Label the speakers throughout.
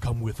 Speaker 1: Come with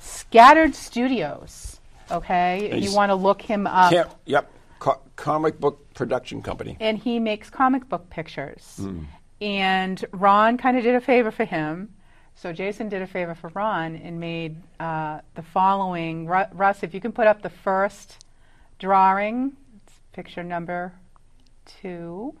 Speaker 2: Scattered Studios. Okay, if
Speaker 3: He's-
Speaker 2: you want to look him up,
Speaker 3: Can't, yep, co- comic book production company.
Speaker 2: and he makes comic book pictures.
Speaker 3: Hmm.
Speaker 2: And Ron kind of did a favor for him. So Jason did a favor for Ron and made uh, the following. Ru- Russ, if you can put up the first drawing, it's picture number two.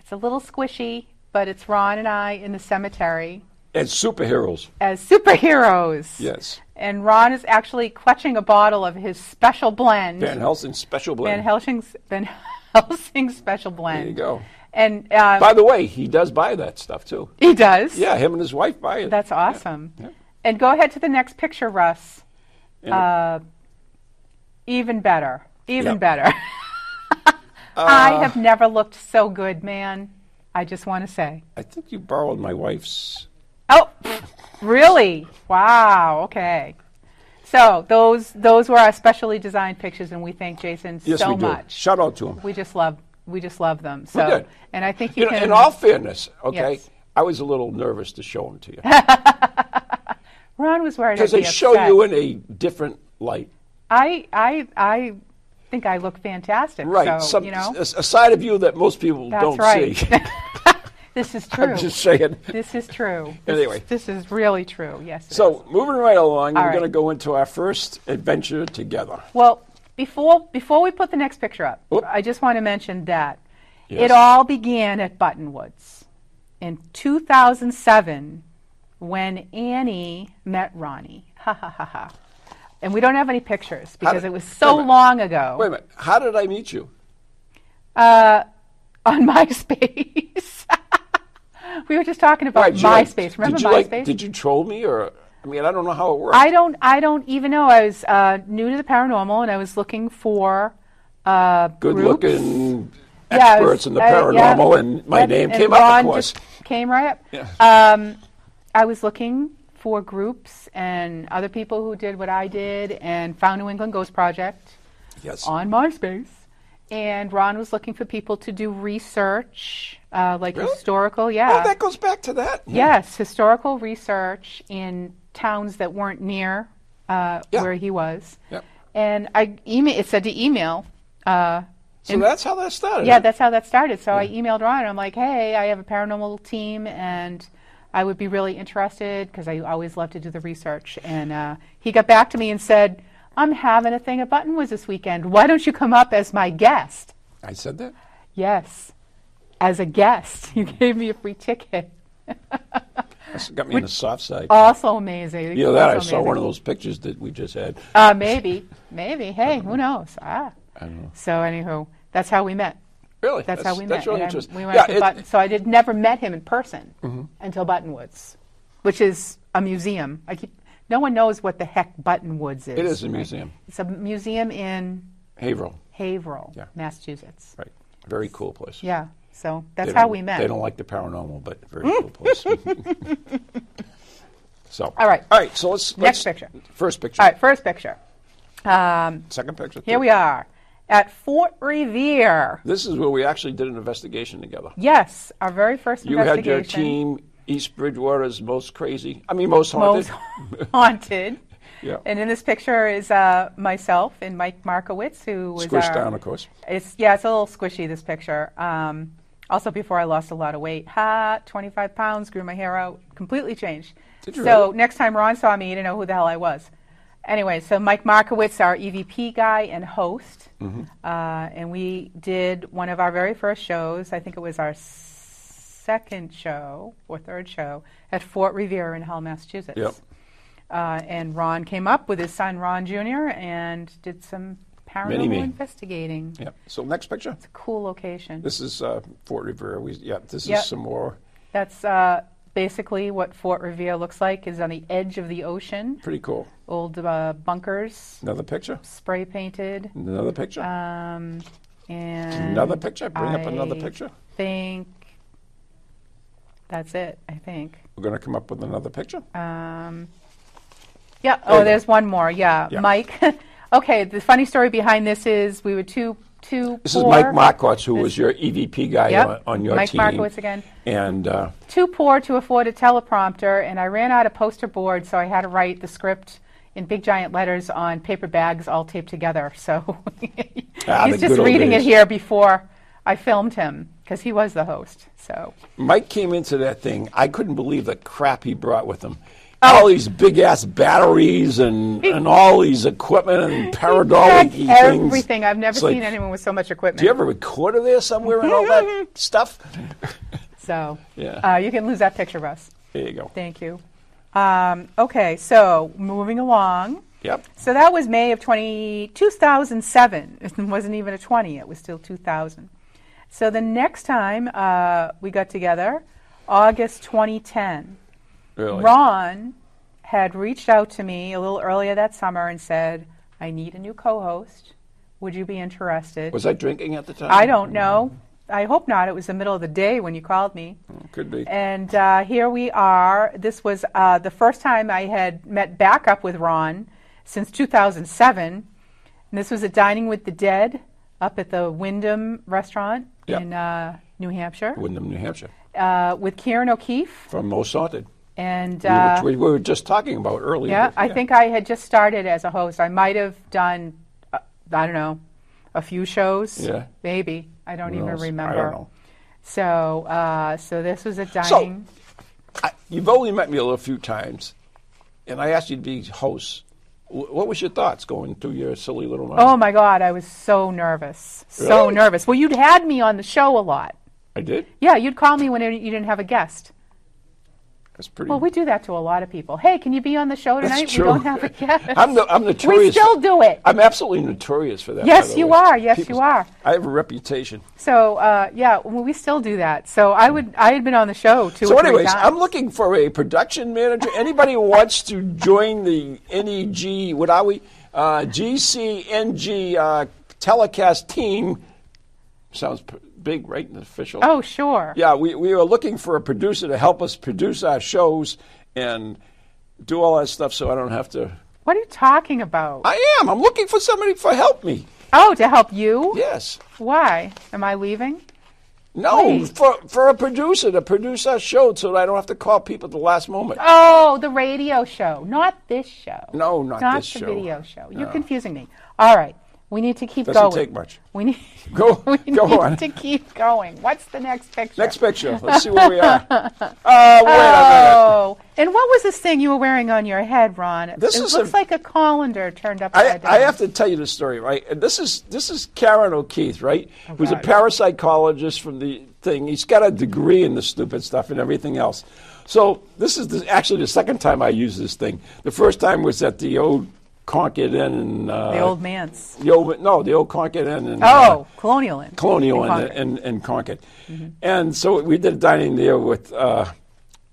Speaker 2: It's a little squishy, but it's Ron and I in the cemetery
Speaker 3: And superheroes,
Speaker 2: as superheroes.
Speaker 3: yes.
Speaker 2: And Ron is actually clutching a bottle of his special blend.
Speaker 3: Van Helsing special blend.
Speaker 2: Van Helsing's Van Helsing's special blend.
Speaker 3: you go.
Speaker 2: And um,
Speaker 3: By the way, he does buy that stuff too.
Speaker 2: he does.
Speaker 3: Yeah, him and his wife buy it.
Speaker 2: That's awesome. And go ahead to the next picture, Russ.
Speaker 3: And
Speaker 2: Uh, even better. Even
Speaker 3: Yeah. Uh.
Speaker 2: better. I have never looked so good, man. I just want to say.
Speaker 3: I think you borrowed my wife's.
Speaker 2: Oh, really? Wow. Okay. So those those were our specially designed pictures, and we thank Jason
Speaker 3: Yes,
Speaker 2: so
Speaker 3: we do.
Speaker 2: much.
Speaker 3: Shout out to him.
Speaker 2: We just love we just love them. So
Speaker 3: did.
Speaker 2: and I think you,
Speaker 3: You know,
Speaker 2: can
Speaker 3: in all fairness, okay,
Speaker 2: Yes.
Speaker 3: I was a little nervous to show him to you
Speaker 2: Ron was worried
Speaker 3: because
Speaker 2: I'd
Speaker 3: they
Speaker 2: be
Speaker 3: show
Speaker 2: upset.
Speaker 3: you in a different light.
Speaker 2: I I I think I look fantastic.
Speaker 3: Right.
Speaker 2: So
Speaker 3: Some,
Speaker 2: you know
Speaker 3: a, a side of you that most people
Speaker 2: that's
Speaker 3: don't
Speaker 2: right.
Speaker 3: see.
Speaker 2: this is true.
Speaker 3: uh, I'm just saying.
Speaker 2: This is true. This-
Speaker 3: Anyway.
Speaker 2: this, is really true. Yes. it is.
Speaker 3: So moving right along,
Speaker 2: All
Speaker 3: we're
Speaker 2: right.
Speaker 3: going to go into our first adventure together.
Speaker 2: Well, before before we put the next picture up,
Speaker 3: Oop.
Speaker 2: I just want to mention that
Speaker 3: Yes.
Speaker 2: it all began at Buttonwoods in 2007 when Annie met Ronnie. Ha ha ha ha. And we don't have any pictures because
Speaker 3: did-
Speaker 2: it was
Speaker 3: wait a
Speaker 2: so
Speaker 3: minute.
Speaker 2: long ago
Speaker 3: Wait a minute. How did I meet you?
Speaker 2: uh, on MySpace. we were just talking about
Speaker 3: Right, did you like-
Speaker 2: MySpace. Remember
Speaker 3: did you
Speaker 2: MySpace?
Speaker 3: Like, did you troll me or? I mean, I don't know how it worked.
Speaker 2: I don't. I don't even know. I was uh, new to the paranormal, and I was looking for uh, groups.
Speaker 3: Good-looking
Speaker 2: Yeah, it
Speaker 3: experts
Speaker 2: was-
Speaker 3: in the
Speaker 2: uh, yeah.
Speaker 3: paranormal, and my
Speaker 2: And-
Speaker 3: name
Speaker 2: and
Speaker 3: came up,
Speaker 2: Ron
Speaker 3: of course.
Speaker 2: just Came right up.
Speaker 3: Yeah.
Speaker 2: Um, I was looking for groups and other people who did what I did, and found New England Ghost Project
Speaker 3: Yes.
Speaker 2: on MySpace. And Ron was looking for people to do research, uh, like
Speaker 3: Really?
Speaker 2: historical. Yeah.
Speaker 3: Oh, that goes back to that.
Speaker 2: Yes, historical research in towns that weren't near uh,
Speaker 3: Yeah.
Speaker 2: where he was.
Speaker 3: Yep.
Speaker 2: And I email. It said to email. Uh,
Speaker 3: So that's how that started.
Speaker 2: yeah, that's how that started. So I emailed Ron. and I'm like, hey, I have a paranormal team, and I would be really interested because I always love to do the research. And uh, he got back to me and said, I'm having a thing at Buttonwoods this weekend. Why don't you come up as my guest?
Speaker 3: I said that.
Speaker 2: Yes, as a guest. You gave me a free ticket.
Speaker 3: That's got me on the soft side.
Speaker 2: Also amazing.
Speaker 3: you know that I
Speaker 2: Also
Speaker 3: saw
Speaker 2: amazing.
Speaker 3: one of those pictures that we just had.
Speaker 2: Uh, maybe, maybe. Hey, who knows? Ah. So, anywho, that's how we met.
Speaker 3: Really?
Speaker 2: That's, how we met.
Speaker 3: That's really
Speaker 2: And I-
Speaker 3: interesting.
Speaker 2: we went
Speaker 3: yeah,
Speaker 2: to
Speaker 3: it- Mm-hmm.
Speaker 2: Button, so I did never met him in person until Buttonwoods, which is a museum. I keep, no one knows what the heck Buttonwoods is.
Speaker 3: it is a museum.
Speaker 2: It's a museum in
Speaker 3: Haverhill.
Speaker 2: Haverhill,
Speaker 3: Yeah.
Speaker 2: Massachusetts.
Speaker 3: Right. Very cool place.
Speaker 2: Yeah. So
Speaker 3: They
Speaker 2: that's how
Speaker 3: don't-
Speaker 2: we met. Mm.
Speaker 3: They don't like the paranormal, but very cool place. so.
Speaker 2: All right.
Speaker 3: All right. So let's,
Speaker 2: Next
Speaker 3: let's
Speaker 2: picture.
Speaker 3: First picture.
Speaker 2: All right. First picture. Um,
Speaker 3: Second picture.
Speaker 2: here we are at Fort Revere.
Speaker 3: This is where we actually did an investigation together.
Speaker 2: Yes, our very first
Speaker 3: You had
Speaker 2: investigation.
Speaker 3: your team, East Bridgewater's most crazy. I mean, most haunted.
Speaker 2: most haunted.
Speaker 3: Yeah.
Speaker 2: And in this picture is uh, myself and Mike Markowitz, who was
Speaker 3: Squished
Speaker 2: our-
Speaker 3: down, of course.
Speaker 2: It's yeah, it's a little squishy this picture. Um, also, before I lost a lot of weight, ha, 25 pounds, grew my hair out, completely changed.
Speaker 3: Did you
Speaker 2: so
Speaker 3: really?
Speaker 2: next time Ron saw me, he didn't know who the hell I was. Anyway, so Mike Markowitz, our EVP guy and host,
Speaker 3: Mm-hmm.
Speaker 2: uh, and we did one of our very first shows. I think it was our second show or third show at Fort Revere in Hull, Massachusetts.
Speaker 3: Yep.
Speaker 2: Uh, and Ron came up with his son Ron Jr. and did some paranormal
Speaker 3: Mini-me.
Speaker 2: investigating.
Speaker 3: Yeah. So next picture.
Speaker 2: Cool location.
Speaker 3: This is uh, Fort Revere. We, yeah. This
Speaker 2: Yep.
Speaker 3: is some more.
Speaker 2: That's uh, basically what Fort Revere looks like. is on the edge of the ocean.
Speaker 3: Pretty cool.
Speaker 2: Old uh, bunkers,
Speaker 3: Another picture.
Speaker 2: spray painted.
Speaker 3: Another picture.
Speaker 2: Um, and
Speaker 3: another picture. Bring up another
Speaker 2: I
Speaker 3: picture.
Speaker 2: Think that's it. I think.
Speaker 3: We're going to come up with another picture.
Speaker 2: Um, yeah.
Speaker 3: you
Speaker 2: Oh,
Speaker 3: go.
Speaker 2: there's one more. Yeah,
Speaker 3: Yeah.
Speaker 2: Mike. okay. The funny story behind this is we were two two.
Speaker 3: This
Speaker 2: poor,
Speaker 3: is Mike Markowitz, who
Speaker 2: this-
Speaker 3: was your EVP guy
Speaker 2: Yep.
Speaker 3: on, on your
Speaker 2: Mike
Speaker 3: team.
Speaker 2: Markowitz again.
Speaker 3: And uh,
Speaker 2: too poor to afford a teleprompter, and I ran out of poster board, so I had to write the script in big giant letters on paper bags all taped together. So
Speaker 3: Ah, the
Speaker 2: he's
Speaker 3: good
Speaker 2: just
Speaker 3: old
Speaker 2: reading
Speaker 3: days.
Speaker 2: it here before I filmed him because he was the host. So
Speaker 3: Mike came into that thing. I couldn't believe the crap he brought with him.
Speaker 2: Oh.
Speaker 3: All these big ass batteries and, and all these equipment and paradolic
Speaker 2: Check
Speaker 3: things.
Speaker 2: everything. I've never
Speaker 3: It's like,
Speaker 2: seen anyone with so much equipment.
Speaker 3: Do you have a recorder there somewhere and all that stuff?
Speaker 2: so
Speaker 3: Yeah.
Speaker 2: uh, you can lose that picture, Russ.
Speaker 3: There you go.
Speaker 2: Thank you. Um, okay, so moving along.
Speaker 3: Yep.
Speaker 2: So that was May of 20, 2007. It wasn't even a 20, it was still 2000. So the next time uh, we got together, August 2010,
Speaker 3: Really?
Speaker 2: Ron had reached out to me a little earlier that summer and said, I need a new co host. Would you be interested?
Speaker 3: Was I drinking at the time?
Speaker 2: I don't know. I hope not. It was the middle of the day when you called me.
Speaker 3: Could be.
Speaker 2: And uh, here we are. This was uh, the first time I had met back up with Ron since 2007. And this was at Dining with the Dead up at the Wyndham Restaurant
Speaker 3: Yep.
Speaker 2: in uh, New Hampshire
Speaker 3: Wyndham, New Hampshire,
Speaker 2: uh, with Kieran O'Keefe.
Speaker 3: from Most Haunted,
Speaker 2: And
Speaker 3: we
Speaker 2: uh,
Speaker 3: which we, we were just talking about earlier.
Speaker 2: yeah, I think I had just started as a host. I might have done, uh, I don't know, a few shows.
Speaker 3: Yeah.
Speaker 2: Maybe. I don't
Speaker 3: Who
Speaker 2: even
Speaker 3: knows? I don't
Speaker 2: remember.
Speaker 3: know.
Speaker 2: So, uh, so this was at
Speaker 3: So,
Speaker 2: dining.
Speaker 3: I, you've only met me a little few times, and I asked you to be host. Wh- What was your thoughts going through your silly little mind?
Speaker 2: Oh my God, I was so nervous. So
Speaker 3: Really?
Speaker 2: nervous. Well, you'd had me on the show a lot.
Speaker 3: I did.
Speaker 2: Yeah, you'd call me when you didn't have a guest.
Speaker 3: That's pretty.
Speaker 2: Well, we do that to a lot of people. Hey, can you be on the show tonight?
Speaker 3: That's true.
Speaker 2: We don't have a guest.
Speaker 3: I'm, the, I'm notorious.
Speaker 2: still do it.
Speaker 3: I'm absolutely notorious for that. by
Speaker 2: Yes,
Speaker 3: the
Speaker 2: you
Speaker 3: way.
Speaker 2: are. Yes, you are.
Speaker 3: I have a reputation.
Speaker 2: so, uh, yeah, well, we still do that. So I would, I had been on the show two
Speaker 3: So,
Speaker 2: or three
Speaker 3: anyways,
Speaker 2: times.
Speaker 3: I'm looking for a production manager. Anybody who wants to join the NEG, what are we? Uh, GCNG uh, telecast team. Sounds p- big, right? And official.
Speaker 2: oh, sure.
Speaker 3: Yeah, we, we are looking for a producer to help us produce our shows and do all that stuff so I don't have to.
Speaker 2: What are you talking about?
Speaker 3: I am. I'm looking for somebody for help me.
Speaker 2: oh, to help you?
Speaker 3: Yes.
Speaker 2: Why? Am I leaving?
Speaker 3: No,
Speaker 2: Wait.
Speaker 3: for for a producer to produce our show so that I don't have to call people at the last moment.
Speaker 2: Oh, the radio show, not this show.
Speaker 3: No, not this
Speaker 2: the
Speaker 3: show.
Speaker 2: video show. You're
Speaker 3: No.
Speaker 2: confusing me. All right, we need to keep
Speaker 3: Doesn't
Speaker 2: going.
Speaker 3: take much.
Speaker 2: We need
Speaker 3: Go-
Speaker 2: we
Speaker 3: go
Speaker 2: need
Speaker 3: on.
Speaker 2: to keep going. What's the next picture?
Speaker 3: Next picture. Let's see where we are. Uh, wait a minute.
Speaker 2: Oh, and what was this thing you were wearing on your head, Ron?
Speaker 3: This
Speaker 2: it
Speaker 3: is
Speaker 2: looks
Speaker 3: a-
Speaker 2: like a colander turned
Speaker 3: I,
Speaker 2: upside down.
Speaker 3: I have to tell you the story, right? And This is this is Karen O'Keefe, right?
Speaker 2: Oh,
Speaker 3: Who's a parapsychologist from the thing. He's got a degree in the stupid stuff and everything else. So this is the, actually the second time I used this thing. The first time was at the old Concord Inn. And, uh,
Speaker 2: the old man's.
Speaker 3: The old no, the old Concord Inn. uh, And,
Speaker 2: Oh, colonial in
Speaker 3: colonial and,
Speaker 2: in Concord. Mm-hmm.
Speaker 3: and, and Concord. And so we did a dining there with uh,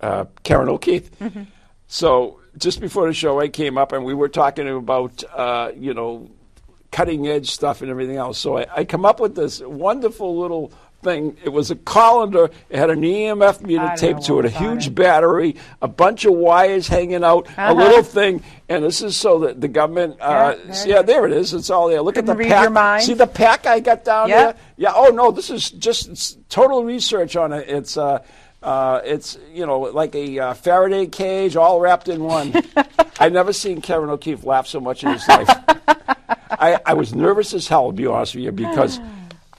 Speaker 3: uh, Karen O'Keefe.
Speaker 2: Mm-hmm.
Speaker 3: So just before the show, I came up and we were talking about, uh, you know, cutting edge stuff and everything else. So I, I come up with this wonderful little thing. It was a colander. It had an EMF
Speaker 2: I
Speaker 3: meter
Speaker 2: don't know
Speaker 3: taped to
Speaker 2: what
Speaker 3: it, a
Speaker 2: was on
Speaker 3: huge
Speaker 2: it.
Speaker 3: battery, a bunch of wires hanging out, a little thing. And this is so that the government, uh,
Speaker 2: Yeah, there it
Speaker 3: yeah,
Speaker 2: is.
Speaker 3: there it is. It's all there. Look at
Speaker 2: Couldn't
Speaker 3: the
Speaker 2: read
Speaker 3: pack.
Speaker 2: your mind.
Speaker 3: See the pack I got down
Speaker 2: Yeah.
Speaker 3: there? Yeah. Oh no, this is just it's total research on it. It's uh, uh, it's you know like a uh, Faraday cage all wrapped in one. I never seen Kevin O'Keefe laugh so much in his life. I, I was nervous as hell, to be honest with you, because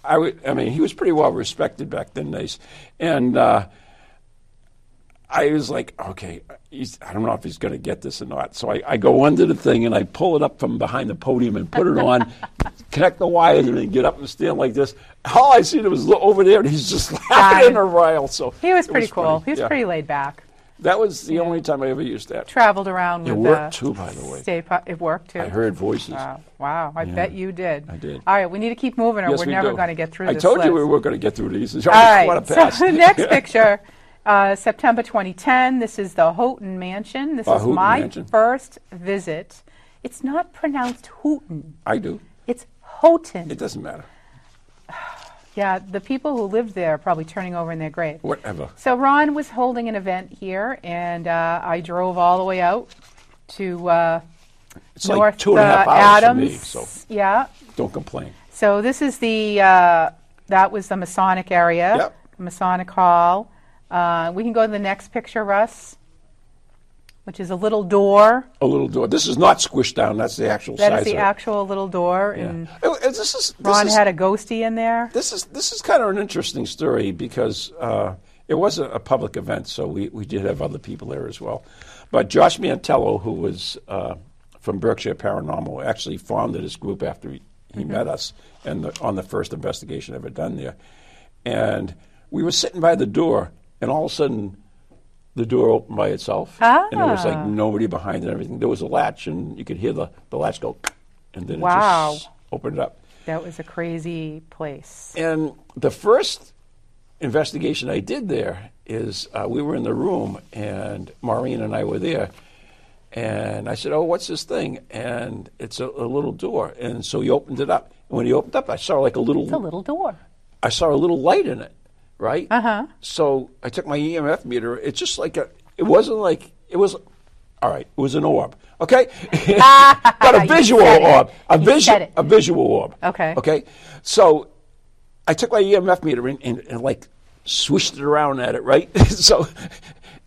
Speaker 3: I, w- I mean he was pretty well respected back then, days, and. Uh, I was like, okay, he's, I don't know if he's going to get this or not. So I, I go under the thing and I pull it up from behind the podium and put it on, connect the wires, and then get up and stand like this. All I see was lo- over there, and he's just laughing in a rile. So
Speaker 2: He was
Speaker 3: it
Speaker 2: pretty cool.
Speaker 3: funny.
Speaker 2: He was
Speaker 3: Yeah.
Speaker 2: pretty laid back.
Speaker 3: That was the only time I ever used that.
Speaker 2: Traveled around with
Speaker 3: It
Speaker 2: uh,
Speaker 3: worked too, by the way.
Speaker 2: Stay Pu- it worked too.
Speaker 3: I heard voices.
Speaker 2: Wow, wow. I bet you did.
Speaker 3: I did.
Speaker 2: All right, we need to keep moving or
Speaker 3: Yes,
Speaker 2: we're
Speaker 3: we
Speaker 2: never
Speaker 3: do.
Speaker 2: going to get through
Speaker 3: I
Speaker 2: this.
Speaker 3: told you
Speaker 2: list.
Speaker 3: we were going to get through these. It's
Speaker 2: All
Speaker 3: What a
Speaker 2: right,
Speaker 3: pass.
Speaker 2: so the next picture, uh, September 2010. This is the Houghton Mansion. This
Speaker 3: Uh,
Speaker 2: is
Speaker 3: Houghton
Speaker 2: my
Speaker 3: Mansion.
Speaker 2: first visit. It's not pronounced Houghton.
Speaker 3: I do.
Speaker 2: It's Houghton.
Speaker 3: It doesn't matter.
Speaker 2: yeah, the people who lived there are probably turning over in their grave.
Speaker 3: Whatever.
Speaker 2: So Ron was holding an event here, and uh, I drove all the way out to uh,
Speaker 3: It's
Speaker 2: North
Speaker 3: like two and a half
Speaker 2: uh,
Speaker 3: hours
Speaker 2: Adams.
Speaker 3: for me, so
Speaker 2: Yeah.
Speaker 3: don't complain.
Speaker 2: So this is the uh, that was the Masonic area,
Speaker 3: Yep.
Speaker 2: Masonic Hall. Uh, we can go to the next picture, Russ, which is a little door.
Speaker 3: A little door. This is not squished down. That's the actual
Speaker 2: That
Speaker 3: size
Speaker 2: is the
Speaker 3: of it.
Speaker 2: actual little door, and
Speaker 3: Yeah. Oh, This is, this
Speaker 2: Ron
Speaker 3: is,
Speaker 2: had a ghostie in there.
Speaker 3: this is this is kind of an interesting story because uh, it was a, a public event, so we, we did have other people there as well. But Josh Mantello, who was uh, from Berkshire Paranormal, actually founded this group after he, he
Speaker 2: Mm-hmm.
Speaker 3: met us and the, on the first investigation ever done there. And we were sitting by the door, and all of a sudden, the door opened by itself, and there was
Speaker 2: Ah.
Speaker 3: like nobody behind it and everything. There was a latch, and you could hear the, the latch go, and then
Speaker 2: Wow.
Speaker 3: it just opened up.
Speaker 2: That was a crazy place.
Speaker 3: And the first investigation I did there is uh, we were in the room, and Maureen and I were there. And I said, Oh, what's this thing? And it's a, a little door. And so he opened it up. And when he opened up, I saw like a little,
Speaker 2: It's a little door.
Speaker 3: I saw a little light in it, right? Uh
Speaker 2: Uh-huh.
Speaker 3: huh. So I took my EMF meter. It's just like a, it wasn't like, it was, all right, it was an orb, okay? but a
Speaker 2: You
Speaker 3: visual
Speaker 2: said it.
Speaker 3: orb. A
Speaker 2: You said
Speaker 3: visual,
Speaker 2: it.
Speaker 3: a visual orb.
Speaker 2: Okay.
Speaker 3: Okay. So I took my EMF meter and, and, and like swished it around at it, right? so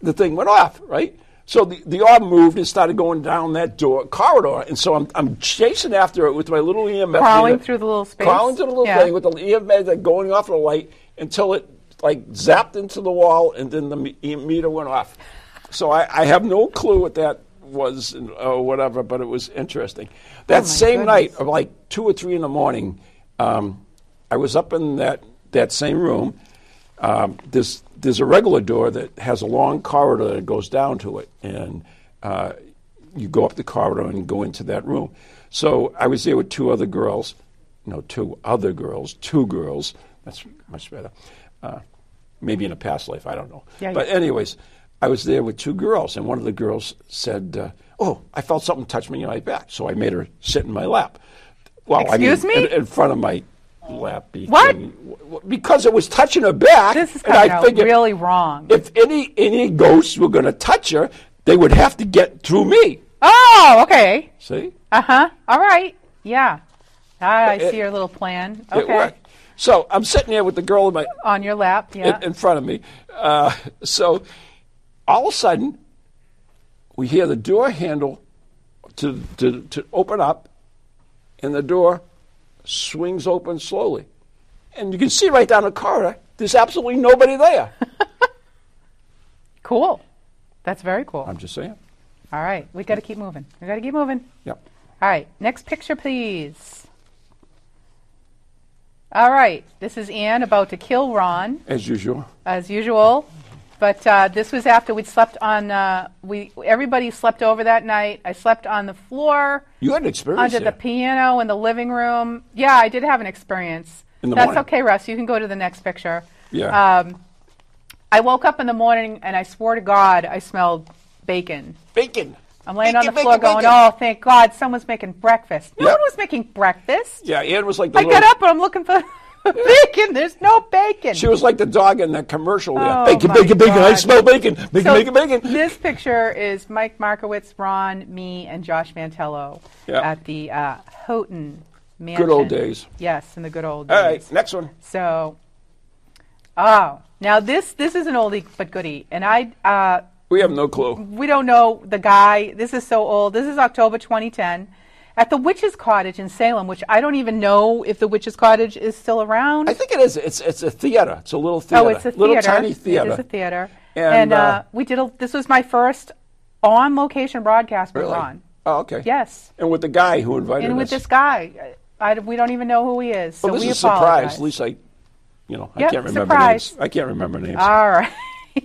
Speaker 3: the thing went off, right? So the, the orb moved and started going down that door corridor. And so I'm, I'm chasing after it with my little EMF
Speaker 2: Crawling
Speaker 3: meter,
Speaker 2: through the little space.
Speaker 3: Crawling through the little
Speaker 2: Yeah.
Speaker 3: thing with the E EMF meter going off the light until it like zapped into the wall and then the me- e- meter went off. So I, I have no clue what that was and- or whatever, but it was interesting. That
Speaker 2: my
Speaker 3: same
Speaker 2: goodness.
Speaker 3: night, of like two or three in the morning, um, I was up in that, that same room. Um, there's, there's a regular door that has a long corridor that goes down to it, and uh, you go up the corridor and go into that room. So I was there with two other girls, no, two other girls, two girls. That's much better. Uh, maybe in a past life, I don't know.
Speaker 2: Yeah,
Speaker 3: but
Speaker 2: yeah.
Speaker 3: anyways, I was there with two girls, and one of the girls said, uh, "Oh, I felt something touch me in my back," so I made her sit in my lap. Well,
Speaker 2: Excuse
Speaker 3: I mean,
Speaker 2: me?
Speaker 3: in, in front of my lap. Because,
Speaker 2: What?
Speaker 3: Because it was touching her back.
Speaker 2: This is
Speaker 3: and
Speaker 2: coming
Speaker 3: I
Speaker 2: out
Speaker 3: figured
Speaker 2: really wrong.
Speaker 3: If any any ghosts were going to touch her, they would have to get through me.
Speaker 2: oh, okay.
Speaker 3: See,
Speaker 2: Uh huh. All right. Yeah. Ah, I
Speaker 3: It-
Speaker 2: see your little plan.
Speaker 3: it
Speaker 2: Okay.
Speaker 3: worked. So I'm sitting there with the girl in my
Speaker 2: On your lap. Yeah.
Speaker 3: in, in front of me. Uh, so all of a sudden, we hear the door handle to, to, to open up, and the door swings open slowly. And you can see right down the corridor, there's absolutely nobody there.
Speaker 2: cool. That's very cool.
Speaker 3: I'm just saying.
Speaker 2: All right. We got to keep moving. We got to keep moving.
Speaker 3: Yep.
Speaker 2: All right, next picture, please. All right, this is Anne about to kill Ron,
Speaker 3: As usual.
Speaker 2: as usual. But uh, this was after we'd slept on. Uh, we everybody slept over that night. I slept on the floor
Speaker 3: You had an experience.
Speaker 2: under the
Speaker 3: there.
Speaker 2: piano in the living room. Yeah, I did have an experience.
Speaker 3: In the
Speaker 2: That's
Speaker 3: morning.
Speaker 2: okay, Russ. You can go to the next picture.
Speaker 3: Yeah.
Speaker 2: Um, I woke up in the morning and I swore to God I smelled bacon.
Speaker 3: bacon.
Speaker 2: I'm laying on
Speaker 3: Bacon,
Speaker 2: the floor
Speaker 3: bacon,
Speaker 2: going,
Speaker 3: bacon.
Speaker 2: oh, thank God, someone's making breakfast. No
Speaker 3: Yeah.
Speaker 2: one was making breakfast.
Speaker 3: Yeah, Ann was like the
Speaker 2: I
Speaker 3: little,
Speaker 2: get up and I'm looking for bacon. There's no bacon.
Speaker 3: She was like the dog in that commercial. there.
Speaker 2: Oh,
Speaker 3: bacon,
Speaker 2: my
Speaker 3: bacon, bacon. I
Speaker 2: God.
Speaker 3: smell bacon. Bacon,
Speaker 2: So
Speaker 3: bacon, bacon.
Speaker 2: This picture is Mike Markowitz, Ron, me, and Josh Mantello
Speaker 3: Yeah.
Speaker 2: at the uh, Houghton Mansion.
Speaker 3: old days.
Speaker 2: Yes, in the good old days.
Speaker 3: All right, next one.
Speaker 2: So, oh, now this this is an oldie but goodie, and I uh,
Speaker 3: We have no clue.
Speaker 2: we don't know the guy. This is so old. This is October 2010 at the Witch's Cottage in Salem, which I don't even know if the Witch's Cottage is still around.
Speaker 3: I think it is. It's it's a theater. It's a little theater.
Speaker 2: oh, it's a theater.
Speaker 3: little tiny
Speaker 2: It
Speaker 3: theater.
Speaker 2: is a theater.
Speaker 3: And,
Speaker 2: And, uh,
Speaker 3: uh,
Speaker 2: we did a, this was my first on location broadcast with
Speaker 3: Really?
Speaker 2: Ron.
Speaker 3: Oh, okay.
Speaker 2: Yes.
Speaker 3: And with the guy who invited
Speaker 2: And with
Speaker 3: us.
Speaker 2: this guy, I, I- we don't even know who he is. So
Speaker 3: well, this
Speaker 2: we
Speaker 3: is a
Speaker 2: apologize.
Speaker 3: surprise. At least I, you know, I
Speaker 2: Yep,
Speaker 3: can't remember
Speaker 2: surprise.
Speaker 3: names. I can't remember names.
Speaker 2: All right.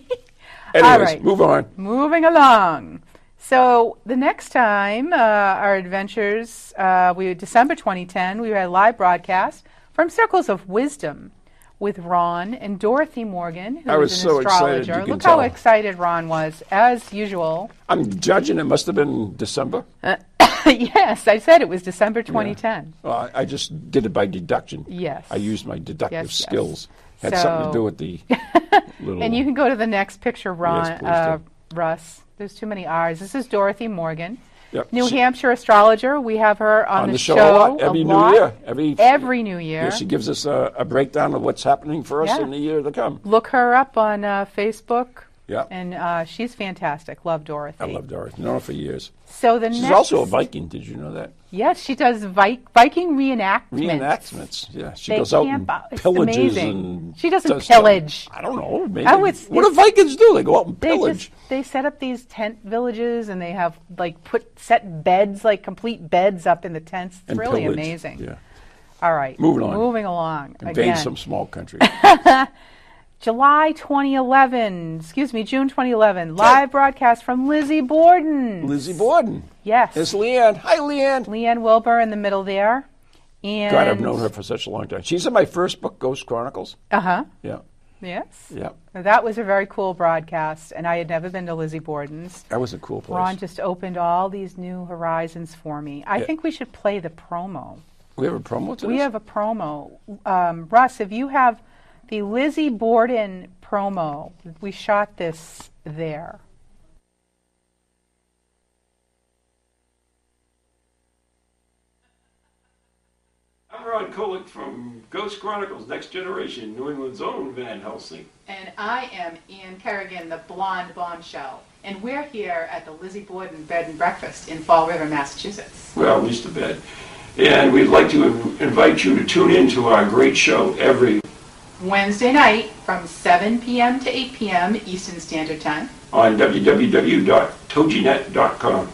Speaker 3: Anyways,
Speaker 2: right.
Speaker 3: move on.
Speaker 2: Moving along. So the next time uh, our adventures, uh, we December 2010, we had a live broadcast from Circles of Wisdom with Ron and Dorothy Morgan, who
Speaker 3: I was
Speaker 2: is an
Speaker 3: so
Speaker 2: astrologer.
Speaker 3: excited, you can
Speaker 2: Look
Speaker 3: tell.
Speaker 2: how excited Ron was, as usual.
Speaker 3: I'm judging. It must have been December.
Speaker 2: yes, I said it was December 2010.
Speaker 3: Uh, I just did it by deduction.
Speaker 2: Yes.
Speaker 3: I used my deductive
Speaker 2: Yes, yes.
Speaker 3: skills. Had something to
Speaker 2: So-
Speaker 3: do with the little.
Speaker 2: And you can go to the next picture, Ron,
Speaker 3: please do.
Speaker 2: uh, Russ. There's too many R's. This is Dorothy Morgan,
Speaker 3: Yep.
Speaker 2: New
Speaker 3: She-
Speaker 2: Hampshire astrologer. We have her on,
Speaker 3: On the show a lot, every New Year, every-
Speaker 2: every New Year.
Speaker 3: Yeah, she gives us a, a breakdown of what's happening for us
Speaker 2: Yeah.
Speaker 3: in the year to come.
Speaker 2: Look her up on uh, Facebook.
Speaker 3: Yeah.
Speaker 2: And uh, she's fantastic. Love Dorothy.
Speaker 3: I loved her. Known her for years.
Speaker 2: So the
Speaker 3: She's
Speaker 2: next,
Speaker 3: also a Viking. Did you know that?
Speaker 2: Yes, she does vi- Viking reenactments.
Speaker 3: Reenactments. Yeah, she
Speaker 2: They
Speaker 3: goes out
Speaker 2: camp
Speaker 3: and
Speaker 2: out- it's
Speaker 3: pillages
Speaker 2: amazing.
Speaker 3: and
Speaker 2: She doesn't
Speaker 3: stuff.
Speaker 2: pillage.
Speaker 3: I don't know. Maybe.
Speaker 2: Oh, it's-
Speaker 3: what do
Speaker 2: it's-
Speaker 3: Vikings do? They go out and
Speaker 2: They
Speaker 3: pillage.
Speaker 2: just they set up these tent villages and they have like put set beds like complete beds up in the tents. It's
Speaker 3: and
Speaker 2: really
Speaker 3: pillage.
Speaker 2: amazing.
Speaker 3: Yeah.
Speaker 2: All right.
Speaker 3: Moving on.
Speaker 2: Moving along.
Speaker 3: Invade
Speaker 2: Again.
Speaker 3: some small country.
Speaker 2: July 2011, excuse me, June 2011, live broadcast from Lizzie Borden.
Speaker 3: Lizzie Borden.
Speaker 2: Yes.
Speaker 3: It's Leanne. Hi, Leanne.
Speaker 2: Leanne Wilbur in the middle there. And
Speaker 3: God, I've known her for such a long time. She's in my first book, Ghost Chronicles.
Speaker 2: Uh huh.
Speaker 3: Yeah,
Speaker 2: Yes.
Speaker 3: yeah.
Speaker 2: That was a very cool broadcast, and I had never been to Lizzie Borden's.
Speaker 3: That was a cool place.
Speaker 2: Ron just opened all these new horizons for me. I
Speaker 3: Yeah.
Speaker 2: think we should play the promo.
Speaker 3: we have a promo to
Speaker 2: We
Speaker 3: this?
Speaker 2: have a promo. Um, Russ, if you have the Lizzie Borden promo, we shot this there.
Speaker 4: I'm Ron Kolick from Ghost Chronicles Next Generation, New England's own Van Helsing.
Speaker 5: And I am Ann Kerrigan, the blonde bombshell. And we're here at the Lizzie Borden Bed and Breakfast in Fall River, Massachusetts.
Speaker 4: Well, at least a bit. And we'd like to in- invite you to tune in to our great show every
Speaker 5: Wednesday night from 7 p.m. to 8 p.m. Eastern Standard Time.
Speaker 4: on www.toginet.com.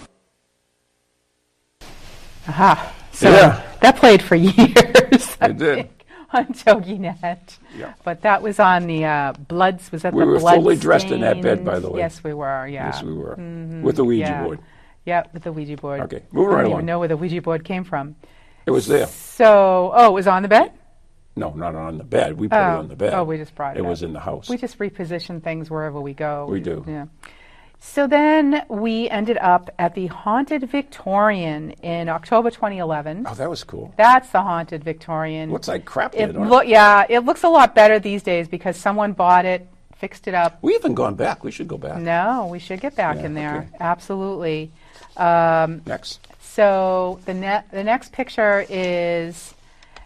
Speaker 2: Aha. Ah, So
Speaker 3: Yeah.
Speaker 2: that played for years. I
Speaker 3: It did.
Speaker 2: think, On TogiNet.
Speaker 3: Yeah.
Speaker 2: But that was on the uh, Bloods. Was that
Speaker 3: We
Speaker 2: the
Speaker 3: were
Speaker 2: Blood
Speaker 3: fully dressed in that bed, by the
Speaker 2: Stains?
Speaker 3: way.
Speaker 2: Yes, we were. Yeah.
Speaker 3: Yes, we were. With the Ouija
Speaker 2: Mm-hmm. yeah.
Speaker 3: board.
Speaker 2: Yeah, with the Ouija board.
Speaker 3: Okay, moving right
Speaker 2: I don't
Speaker 3: along.
Speaker 2: even know where the Ouija board came from.
Speaker 3: It was there.
Speaker 2: So, oh, it was on the bed?
Speaker 3: No, not on the bed. We put it
Speaker 2: Oh.
Speaker 3: on the bed.
Speaker 2: Oh, we just brought it
Speaker 3: It was
Speaker 2: up.
Speaker 3: in the house.
Speaker 2: We just reposition things wherever we go.
Speaker 3: We do.
Speaker 2: Yeah. So then we ended up at the Haunted Victorian in October 2011.
Speaker 3: oh, that was cool.
Speaker 2: That's the Haunted Victorian.
Speaker 3: Looks like crap there,
Speaker 2: It
Speaker 3: don't it?
Speaker 2: look, yeah, it looks a lot better these days because someone bought it, fixed it up.
Speaker 3: We haven't gone back. We should go back.
Speaker 2: No, we should get back
Speaker 3: Yeah,
Speaker 2: in there.
Speaker 3: okay.
Speaker 2: Absolutely.
Speaker 3: Next.
Speaker 2: So the ne- the next picture is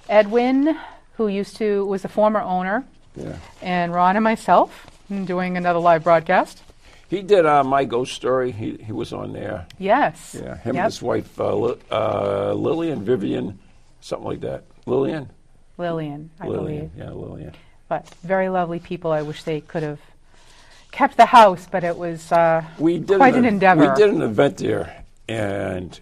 Speaker 2: Edwin, who used to was the former owner,
Speaker 3: Yeah.
Speaker 2: and Ron and myself doing another live broadcast.
Speaker 3: He did uh, My Ghost Story. He, he was on there.
Speaker 2: Yes.
Speaker 3: Yeah, him
Speaker 2: Yep.
Speaker 3: and his wife, uh, Li- uh, Lillian, Vivian, something like that. Lillian?
Speaker 2: Lillian, I
Speaker 3: Lillian,
Speaker 2: believe.
Speaker 3: yeah, Lillian.
Speaker 2: But very lovely people. I wish they could have kept the house, but it was uh,
Speaker 3: We did
Speaker 2: quite an, endeavor.
Speaker 3: We did an event there, and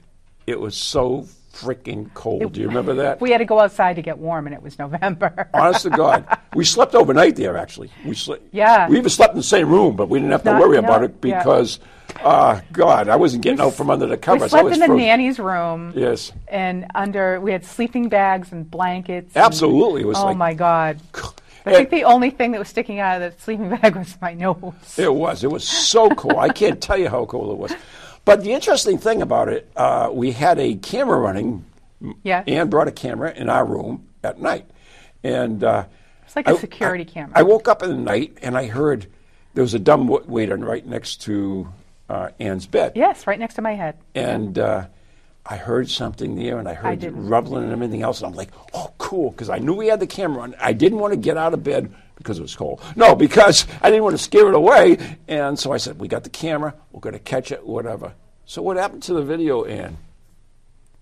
Speaker 3: it was so freaking cold. Do you remember that?
Speaker 2: We had to go outside to get warm, and it was November.
Speaker 3: Honest to God, we slept overnight there. Actually, we slept.
Speaker 2: Yeah.
Speaker 3: We even slept in the same room, but we didn't have to
Speaker 2: Not-
Speaker 3: worry
Speaker 2: no,
Speaker 3: about it
Speaker 2: yeah.
Speaker 3: because, uh, God, I wasn't getting out from under the
Speaker 2: we
Speaker 3: covers. I
Speaker 2: slept
Speaker 3: was
Speaker 2: in the
Speaker 3: frozen.
Speaker 2: nanny's room.
Speaker 3: Yes.
Speaker 2: And under, we had sleeping bags and blankets. and-
Speaker 3: Absolutely, it was
Speaker 2: oh
Speaker 3: like-
Speaker 2: my God. I
Speaker 3: And-
Speaker 2: think the only thing that was sticking out of the sleeping bag was my nose.
Speaker 3: It was. It was so cool. I can't tell you how cool it was. But the interesting thing about it, uh, we had a camera running.
Speaker 2: Yeah.
Speaker 3: Ann brought a camera in our room at night, and uh,
Speaker 2: It's like a
Speaker 3: I-
Speaker 2: security
Speaker 3: I-
Speaker 2: camera.
Speaker 3: I woke up in the night and I heard there was a dumb wa- waiter right next to uh, Ann's bed.
Speaker 2: yes, right next to my head.
Speaker 3: And uh, I heard something there, and I heard
Speaker 2: didn't.
Speaker 3: rumbling and everything else, and I'm like, "Oh, cool!" Because I knew we had the camera on. I didn't want to get out of bed because it was cold. No, because I didn't want to scare it away. And so I said, "We got the camera. We're going to catch it, whatever." So what happened to the video, Ann?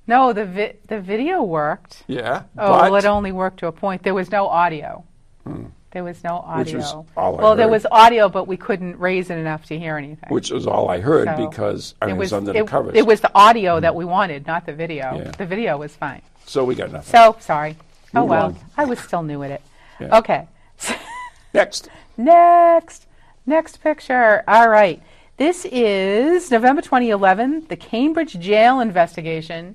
Speaker 2: No, the, vi- the video worked.
Speaker 3: Yeah.
Speaker 2: Oh, well,
Speaker 3: but- Hmm.
Speaker 2: it only worked to a point. There was no audio. There was no
Speaker 3: Which
Speaker 2: audio.
Speaker 3: was all I
Speaker 2: well, there
Speaker 3: heard.
Speaker 2: was audio, but we couldn't raise it enough to hear anything.
Speaker 3: which was all I heard
Speaker 2: So
Speaker 3: because I
Speaker 2: it
Speaker 3: mean, it was, under
Speaker 2: it,
Speaker 3: the covers. Hmm.
Speaker 2: It was the audio that we wanted, not the video.
Speaker 3: Yeah.
Speaker 2: The video was fine.
Speaker 3: so we got nothing.
Speaker 2: So sorry. Oh
Speaker 3: Move
Speaker 2: well,
Speaker 3: on.
Speaker 2: I was still new at it.
Speaker 3: Yeah.
Speaker 2: Okay.
Speaker 3: Next.
Speaker 2: Next, next picture. All right. This is November 2011, the Cambridge jail investigation.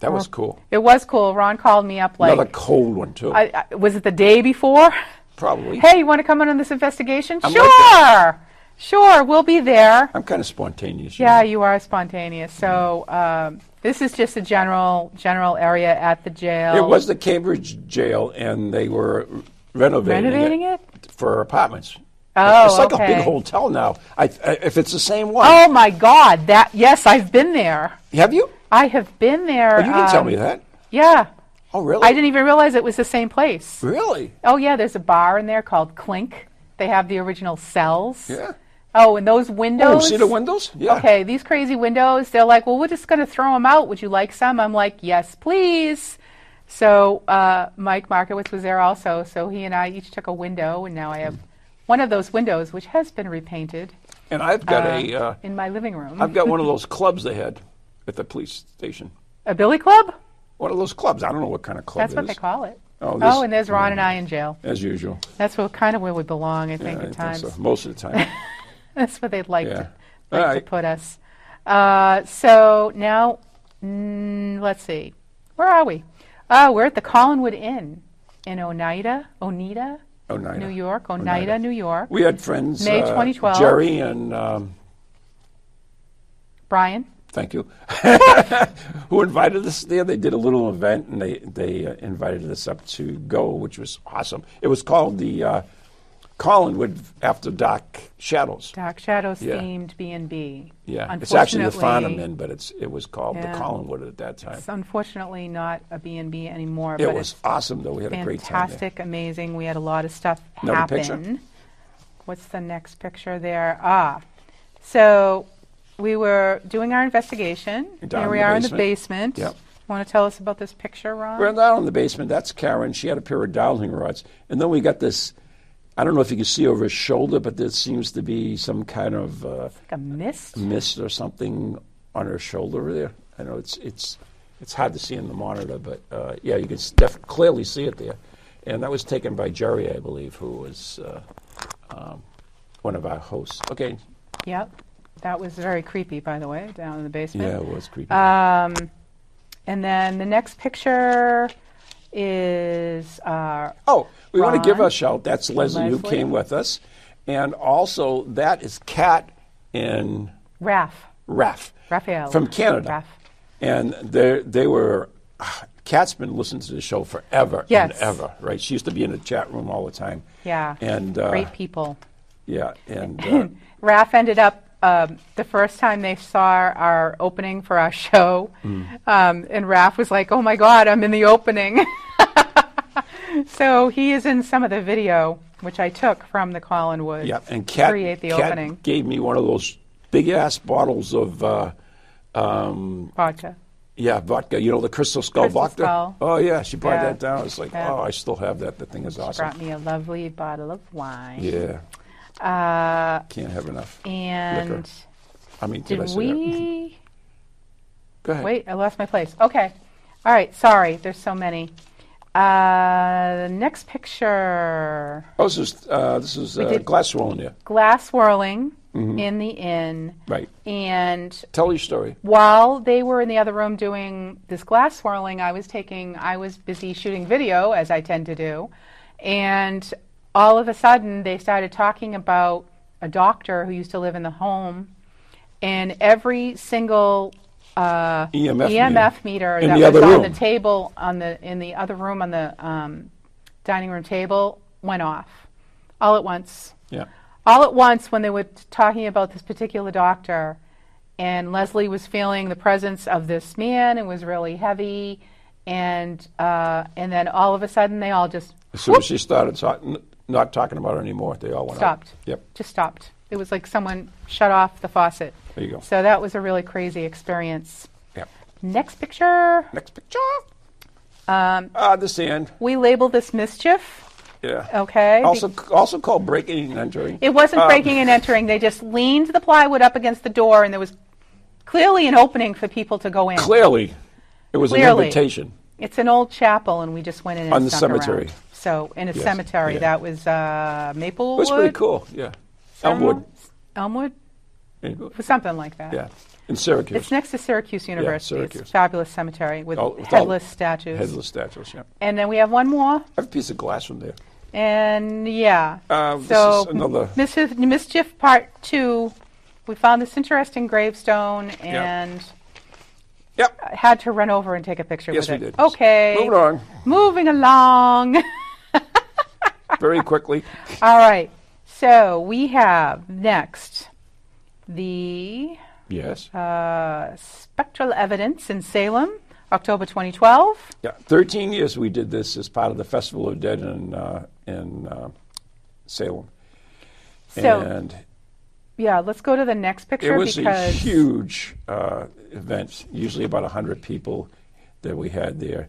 Speaker 3: That
Speaker 2: Oh.
Speaker 3: was cool.
Speaker 2: It was cool. Ron called me up like,
Speaker 3: Another cold one too.
Speaker 2: I, I, was it the day before?
Speaker 3: Probably.
Speaker 2: Hey, you want to come in on this investigation?
Speaker 3: I'm like
Speaker 2: sure, sure. We'll be there.
Speaker 3: I'm kind of spontaneous. you
Speaker 2: Yeah,
Speaker 3: know.
Speaker 2: you are spontaneous. So um, this is just a general general area at the jail.
Speaker 3: It was the Cambridge jail, and they were renovating,
Speaker 2: Renovating
Speaker 3: it, for apartments.
Speaker 2: Oh,
Speaker 3: it's like a
Speaker 2: okay.
Speaker 3: big hotel now. I, I, if it's the same one,
Speaker 2: Oh my God! That yes, I've been there.
Speaker 3: have you?
Speaker 2: I have been there.
Speaker 3: Oh, you didn't tell
Speaker 2: um,
Speaker 3: me that.
Speaker 2: Yeah,
Speaker 3: Oh, really?
Speaker 2: I didn't even realize it was the same place.
Speaker 3: Really?
Speaker 2: Oh yeah, there's a bar in there called Clink. They have the original cells.
Speaker 3: Yeah.
Speaker 2: Oh, and those windows.
Speaker 3: Oh, see the windows? Yeah.
Speaker 2: Okay, these crazy windows. They're like, well, we're just going to throw them out. Would you like some? I'm like, yes, please. So uh, Mike Markowitz was there also. So he and I each took a window, and now I have one of those windows, which has been repainted
Speaker 3: And I've got a,
Speaker 2: uh,
Speaker 3: uh,
Speaker 2: in my living room.
Speaker 3: I've got one of those clubs they had at the police station.
Speaker 2: a billy club.
Speaker 3: One of those clubs. I don't know what kind of club
Speaker 2: That's
Speaker 3: it
Speaker 2: what
Speaker 3: is,
Speaker 2: they call it.
Speaker 3: Oh, this-
Speaker 2: and there's Ron and I in jail.
Speaker 3: As usual.
Speaker 2: That's what kind of where we belong, I
Speaker 3: I
Speaker 2: think, at
Speaker 3: think
Speaker 2: times.
Speaker 3: so. Most of the time.
Speaker 2: That's where they'd like,
Speaker 3: Yeah.
Speaker 2: to,
Speaker 3: All
Speaker 2: like to
Speaker 3: right.
Speaker 2: put us. Uh, so now, mm, let's see. Where are we? Uh, we're at the Collinwood Inn in Oneida, Oneida,
Speaker 3: Oneida.
Speaker 2: New York. Oneida,
Speaker 3: Oneida.
Speaker 2: New York.
Speaker 3: We had friends.
Speaker 2: May
Speaker 3: uh,
Speaker 2: 2012.
Speaker 3: Jerry and um,
Speaker 2: Brian.
Speaker 3: thank you, who invited us there. They did a little event and they they uh, invited us up to go, which was awesome. It was called the uh, Collinwood After Dark Shadows.
Speaker 2: Dark Shadows
Speaker 3: Yeah.
Speaker 2: themed B&B.
Speaker 3: Yeah, it's actually the
Speaker 2: Unfortunately-
Speaker 3: Farnham Inn, but it's it was called
Speaker 2: Yeah.
Speaker 3: the Collinwood at that time.
Speaker 2: It's unfortunately not a B&B anymore.
Speaker 3: It
Speaker 2: but
Speaker 3: was
Speaker 2: it's
Speaker 3: awesome though. We had a great time. there.
Speaker 2: fantastic, amazing. We had a lot of stuff
Speaker 3: Another
Speaker 2: happen.
Speaker 3: picture.
Speaker 2: What's the next picture there? Ah, so we were doing our investigation.
Speaker 3: Down
Speaker 2: Here
Speaker 3: in
Speaker 2: we
Speaker 3: the
Speaker 2: are in the
Speaker 3: basement.
Speaker 2: basement.
Speaker 3: Yep.
Speaker 2: Want to tell us about this picture, Ron?
Speaker 3: We're down in the basement. That's Karen. She had a pair of dowling rods. And then we got this I don't know if you can see over his shoulder, but there seems to be some kind of uh,
Speaker 2: like a mist.
Speaker 3: mist or something on her shoulder there. I know it's it's it's hard to see in the monitor, but uh, yeah, you can s- def- clearly see it there. And that was taken by Jerry, I believe, who was uh, um, one of our hosts. Okay,
Speaker 2: Yep. That was very creepy, by the way, down in the basement.
Speaker 3: yeah, it was creepy.
Speaker 2: And then the next picture is uh,
Speaker 3: Oh, we want to give
Speaker 2: Ron.
Speaker 3: a shout. That's Leslie, who
Speaker 2: Leslie.
Speaker 3: came with us. And also, that is Kat and
Speaker 2: Raf.
Speaker 3: Raf.
Speaker 2: Raphael.
Speaker 3: From Canada.
Speaker 2: Raf.
Speaker 3: And they they were, Kat's been listening to the show forever
Speaker 2: Yes.
Speaker 3: and ever, right? She used to be in the chat room all the time.
Speaker 2: Yeah.
Speaker 3: And, uh,
Speaker 2: Great people.
Speaker 3: yeah, and uh,
Speaker 2: Raf ended up um, the first time they saw our opening for our show,
Speaker 3: Hmm.
Speaker 2: um, and Raf was like, "Oh my God, I'm in the opening." so he is in some of the video, which I took from the Collinwood.
Speaker 3: yeah, and
Speaker 2: to
Speaker 3: Kat,
Speaker 2: create the
Speaker 3: Kat
Speaker 2: opening
Speaker 3: gave me one of those big ass bottles of, uh, um,
Speaker 2: vodka.
Speaker 3: yeah, vodka. You know, the Crystal Skull
Speaker 2: Crystal
Speaker 3: vodka?
Speaker 2: Skull.
Speaker 3: Oh, yeah, she brought
Speaker 2: Yeah.
Speaker 3: that down. It's like,
Speaker 2: Yeah.
Speaker 3: oh, I still have that. The thing is awesome.
Speaker 2: Brought me a lovely bottle of wine.
Speaker 3: Yeah,
Speaker 2: Uh,
Speaker 3: can't have enough.
Speaker 2: and
Speaker 3: Liquor. I mean, did, I
Speaker 2: did
Speaker 3: say that? Mm-hmm.
Speaker 2: we?
Speaker 3: Go ahead.
Speaker 2: Wait, I lost my place. Okay. All right. Sorry. There's so many. Uh, next picture.
Speaker 3: Oh, this is uh, this is uh,
Speaker 2: did-
Speaker 3: glass rolling there.
Speaker 2: glass whirling
Speaker 3: Mm-hmm.
Speaker 2: in the inn.
Speaker 3: Right.
Speaker 2: And
Speaker 3: Tell your story.
Speaker 2: while they were in the other room doing this glass swirling, I was taking, I was busy shooting video, as I tend to do. And all of a sudden, they started talking about a doctor who used to live in the home. And every single uh,
Speaker 3: EMF meter.
Speaker 2: meter
Speaker 3: In
Speaker 2: that
Speaker 3: the
Speaker 2: was
Speaker 3: other
Speaker 2: on
Speaker 3: room.
Speaker 2: the table on the in the other room on the um, dining room table went off all at once
Speaker 3: Yeah.
Speaker 2: all at once when they were t- talking about this particular doctor and leslie was feeling the presence of this man and was really heavy and uh, and then all of a sudden they all just
Speaker 3: As soon as she started talk, n- not talking about it anymore, they all went out.
Speaker 2: stopped
Speaker 3: Yep.
Speaker 2: just stopped it was like someone shut off the faucet
Speaker 3: There you go.
Speaker 2: so that was a really crazy experience
Speaker 3: Yep.
Speaker 2: next picture
Speaker 3: Next picture. Um, uh, this end.
Speaker 2: we label this mischief
Speaker 3: Yeah.
Speaker 2: okay be-
Speaker 3: Also, also called breaking and entering.
Speaker 2: It wasn't
Speaker 3: Um,
Speaker 2: breaking and entering. They just leaned the plywood up against the door, and there was clearly an opening for people to go in.
Speaker 3: Clearly, it was an
Speaker 2: Clearly.
Speaker 3: invitation.
Speaker 2: It's an old chapel, and we just went in and
Speaker 3: On the
Speaker 2: snuck around.
Speaker 3: cemetery.
Speaker 2: So in a
Speaker 3: Yes,
Speaker 2: cemetery,
Speaker 3: yeah.
Speaker 2: that was uh, Maplewood.
Speaker 3: It was pretty cool. Yeah. Elmwood.
Speaker 2: Elmwood,
Speaker 3: Elmwood.
Speaker 2: something like that.
Speaker 3: Yeah. In Syracuse.
Speaker 2: It's next to Syracuse University.
Speaker 3: Syracuse.
Speaker 2: It's a fabulous cemetery with
Speaker 3: Oh, with all-
Speaker 2: headless statues.
Speaker 3: Headless statues. Yeah.
Speaker 2: And then we have one more,
Speaker 3: I have a piece of glass from there.
Speaker 2: and yeah.
Speaker 3: Uh, this
Speaker 2: so
Speaker 3: is another-
Speaker 2: mischief, mischief part two. We found this interesting gravestone
Speaker 3: Yeah.
Speaker 2: and.
Speaker 3: Yep.
Speaker 2: had to run over and take a picture
Speaker 3: Yes,
Speaker 2: with
Speaker 3: we
Speaker 2: it.
Speaker 3: did.
Speaker 2: Okay.
Speaker 3: Moving on
Speaker 2: Moving along.
Speaker 3: very quickly.
Speaker 2: All right. So we have next the
Speaker 3: Yes.
Speaker 2: uh, spectral evidence in Salem, October 2012.
Speaker 3: Yeah, 13 years we did this as part of the Festival of Dead in, uh, in uh, Salem.
Speaker 2: So
Speaker 3: and
Speaker 2: yeah, let's go to the next
Speaker 3: it
Speaker 2: picture
Speaker 3: was a
Speaker 2: because
Speaker 3: huge uh, event, usually about 100 people that we had there.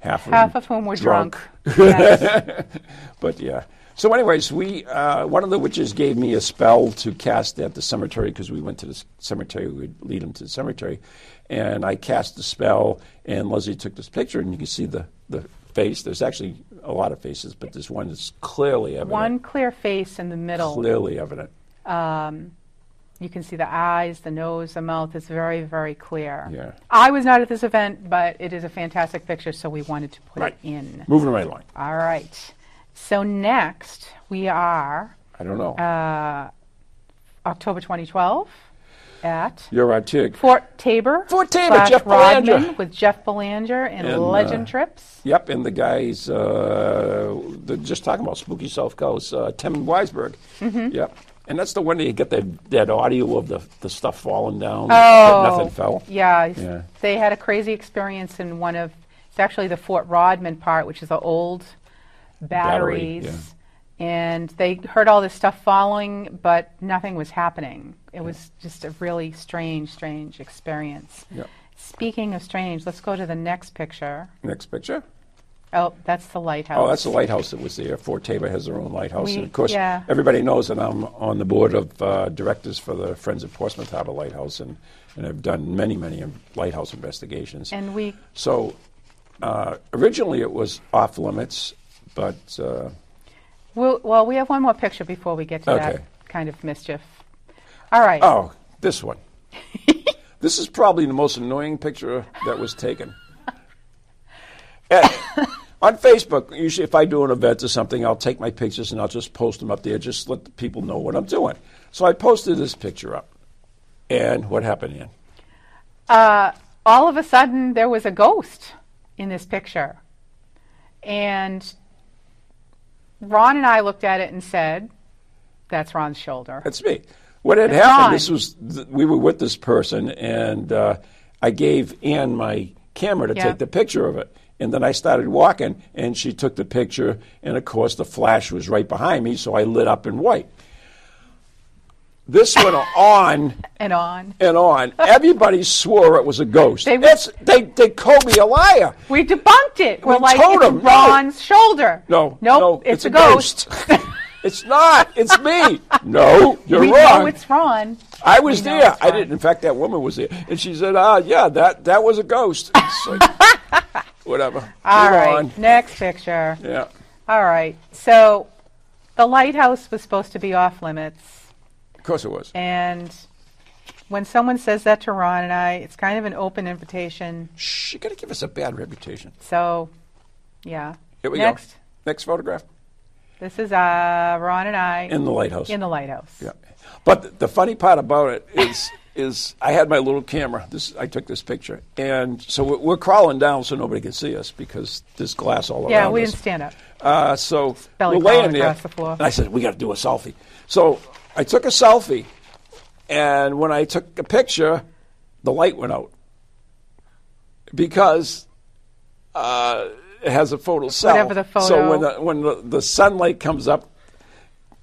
Speaker 3: Half of,
Speaker 2: half
Speaker 3: them
Speaker 2: of whom were
Speaker 3: drunk.
Speaker 2: drunk. Yes.
Speaker 3: But yeah. So, anyways, we uh, one of the witches gave me a spell to cast at the cemetery because we went to the c- cemetery. We'd lead them to the cemetery, and I cast the spell. And Leslie took this picture, and you can see the the face. There's actually a lot of faces, but there's one that's clearly evident.
Speaker 2: One clear face in the middle.
Speaker 3: clearly evident.
Speaker 2: You can see the eyes, the nose, the mouth. It's very, very clear.
Speaker 3: Yeah.
Speaker 2: I was not at this event, but it is a fantastic picture, so we wanted to put
Speaker 3: Right.
Speaker 2: it in.
Speaker 3: Moving right along.
Speaker 2: All right. So next we are
Speaker 3: I don't know.
Speaker 2: Uh, October 2012 at
Speaker 3: You're our chick.
Speaker 2: Fort Tabor.
Speaker 3: Fort Tabor,
Speaker 2: slash
Speaker 3: Jeff Belanger.
Speaker 2: Rodman with Jeff Belanger and,
Speaker 3: And, uh,
Speaker 2: Legend Trips.
Speaker 3: Yep, and the guys, uh, they're just talking about Spooky South Coast, uh, Tim Weisberg.
Speaker 2: Mm-hmm.
Speaker 3: Yep. And that's the one that you get that, that audio of the, the stuff falling down.
Speaker 2: Oh.
Speaker 3: But nothing fell.
Speaker 2: Yeah, it's-
Speaker 3: Yeah.
Speaker 2: They had a crazy experience in one of, it's actually the Fort Rodman part, which is the old
Speaker 3: Battery,
Speaker 2: batteries. And they heard all this stuff falling, but nothing was happening. It was just a really strange, strange experience.
Speaker 3: Yep.
Speaker 2: Speaking of strange, let's go to the next picture.
Speaker 3: Next picture.
Speaker 2: Oh, that's the lighthouse.
Speaker 3: Oh, that's the lighthouse that was there. Fort Tabor has their own lighthouse.
Speaker 2: We-
Speaker 3: and of course,
Speaker 2: yeah.
Speaker 3: everybody knows that I'm on the board of uh, directors for the Friends of Portsmouth Harbor Lighthouse, and, and I've done many, many um, lighthouse investigations.
Speaker 2: And we,
Speaker 3: so uh, originally it was off limits, but uh,
Speaker 2: we'll, well, we have one more picture before we get to
Speaker 3: Okay.
Speaker 2: that kind of mischief. All right.
Speaker 3: Oh, this one. this is probably the most annoying picture that was taken. And on Facebook, usually if I do an event or something, I'll take my pictures and I'll just post them up there, just let the people know what I'm doing. So I posted this picture up. And what happened, Ann?
Speaker 2: all of a sudden there was a ghost in this picture. And Ron and I looked at it and said, that's Ron's shoulder.
Speaker 3: That's me. What had
Speaker 2: It's
Speaker 3: happened?
Speaker 2: on.
Speaker 3: This was th- we were with this person, and uh, I gave Ann my camera to
Speaker 2: Yeah.
Speaker 3: take the picture of it, and then I started walking, and she took the picture, and of course the flash was right behind me, so I lit up in white. This went on
Speaker 2: And on.
Speaker 3: and on. Everybody swore it was a ghost.
Speaker 2: They
Speaker 3: They,
Speaker 2: were-
Speaker 3: they, they called me a liar.
Speaker 2: We debunked it. We're
Speaker 3: We
Speaker 2: like,
Speaker 3: told
Speaker 2: it's
Speaker 3: him, no.
Speaker 2: Ron's shoulder.
Speaker 3: No,
Speaker 2: Nope,
Speaker 3: no,
Speaker 2: it's, a ghost.
Speaker 3: it's not. It's me. No, you're
Speaker 2: we
Speaker 3: wrong.
Speaker 2: know it's Ron.
Speaker 3: I was
Speaker 2: We know
Speaker 3: there.
Speaker 2: it's
Speaker 3: I
Speaker 2: Ron.
Speaker 3: didn't. In fact, that woman was there, and she said, "Ah, yeah, that that was a ghost." It's like, whatever.
Speaker 2: All
Speaker 3: Move
Speaker 2: right,
Speaker 3: on.
Speaker 2: next picture.
Speaker 3: Yeah.
Speaker 2: All right, so the lighthouse was supposed to be off limits.
Speaker 3: Of course it was.
Speaker 2: And when someone says that to Ron and I, it's kind of an open invitation.
Speaker 3: Shh, you gotta give us a bad reputation.
Speaker 2: So, yeah.
Speaker 3: Here we
Speaker 2: Next,
Speaker 3: go. Next photograph
Speaker 2: this is uh, Ron and I
Speaker 3: in the lighthouse.
Speaker 2: in the lighthouse.
Speaker 3: yeah. But th- the funny part about it is is I had my little camera. This I took this picture, and so we're, we're crawling down so nobody can see us because there's glass all
Speaker 2: Yeah,
Speaker 3: around
Speaker 2: we
Speaker 3: us.
Speaker 2: didn't stand up.
Speaker 3: Uh, so
Speaker 2: belly
Speaker 3: we're laying
Speaker 2: crawling
Speaker 3: there,
Speaker 2: across the floor.
Speaker 3: and I said, "We got to do a selfie." So I took a selfie, and when I took a picture, the light went out because uh, it has a photo cell.
Speaker 2: Whatever the
Speaker 3: So
Speaker 2: photo-
Speaker 3: when the when the, the sunlight comes up,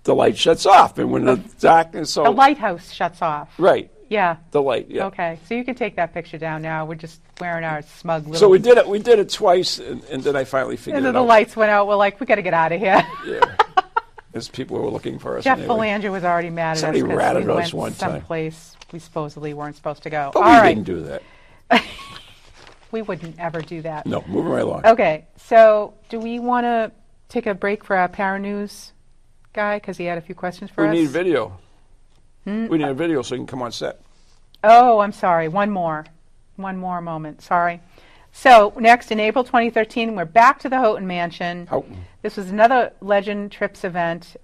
Speaker 3: the light shuts off, and when the, darkness, so
Speaker 2: The lighthouse shuts off.
Speaker 3: right,
Speaker 2: Yeah.
Speaker 3: Oh. the light, yeah.
Speaker 2: Okay, so you can take that picture down now. We're just wearing our smug little.
Speaker 3: So we did it. We did it twice, and, and then I finally figured
Speaker 2: And
Speaker 3: it
Speaker 2: then the
Speaker 3: out.
Speaker 2: lights went out. We're like, we got to get out of here.
Speaker 3: Yeah. As people were looking for us.
Speaker 2: Jeff
Speaker 3: anyway.
Speaker 2: Belanger was already mad at
Speaker 3: Somebody
Speaker 2: us 'cause
Speaker 3: ratted
Speaker 2: we
Speaker 3: us
Speaker 2: went
Speaker 3: one time.
Speaker 2: someplace we supposedly weren't supposed to go.
Speaker 3: But
Speaker 2: All
Speaker 3: we
Speaker 2: right.
Speaker 3: didn't do that.
Speaker 2: We wouldn't ever do that.
Speaker 3: No, moving right along.
Speaker 2: Okay, so do we want to take a break for our power news guy because he had a few questions for
Speaker 3: We
Speaker 2: us?
Speaker 3: need video.
Speaker 2: Hmm,
Speaker 3: We
Speaker 2: uh,
Speaker 3: need a video so you can come on set.
Speaker 2: Oh, I'm sorry. One more. One more moment. Sorry. So, next in April 2013, we're back to the Houghton Mansion.
Speaker 3: Houghton.
Speaker 2: This was another Legend Trips event,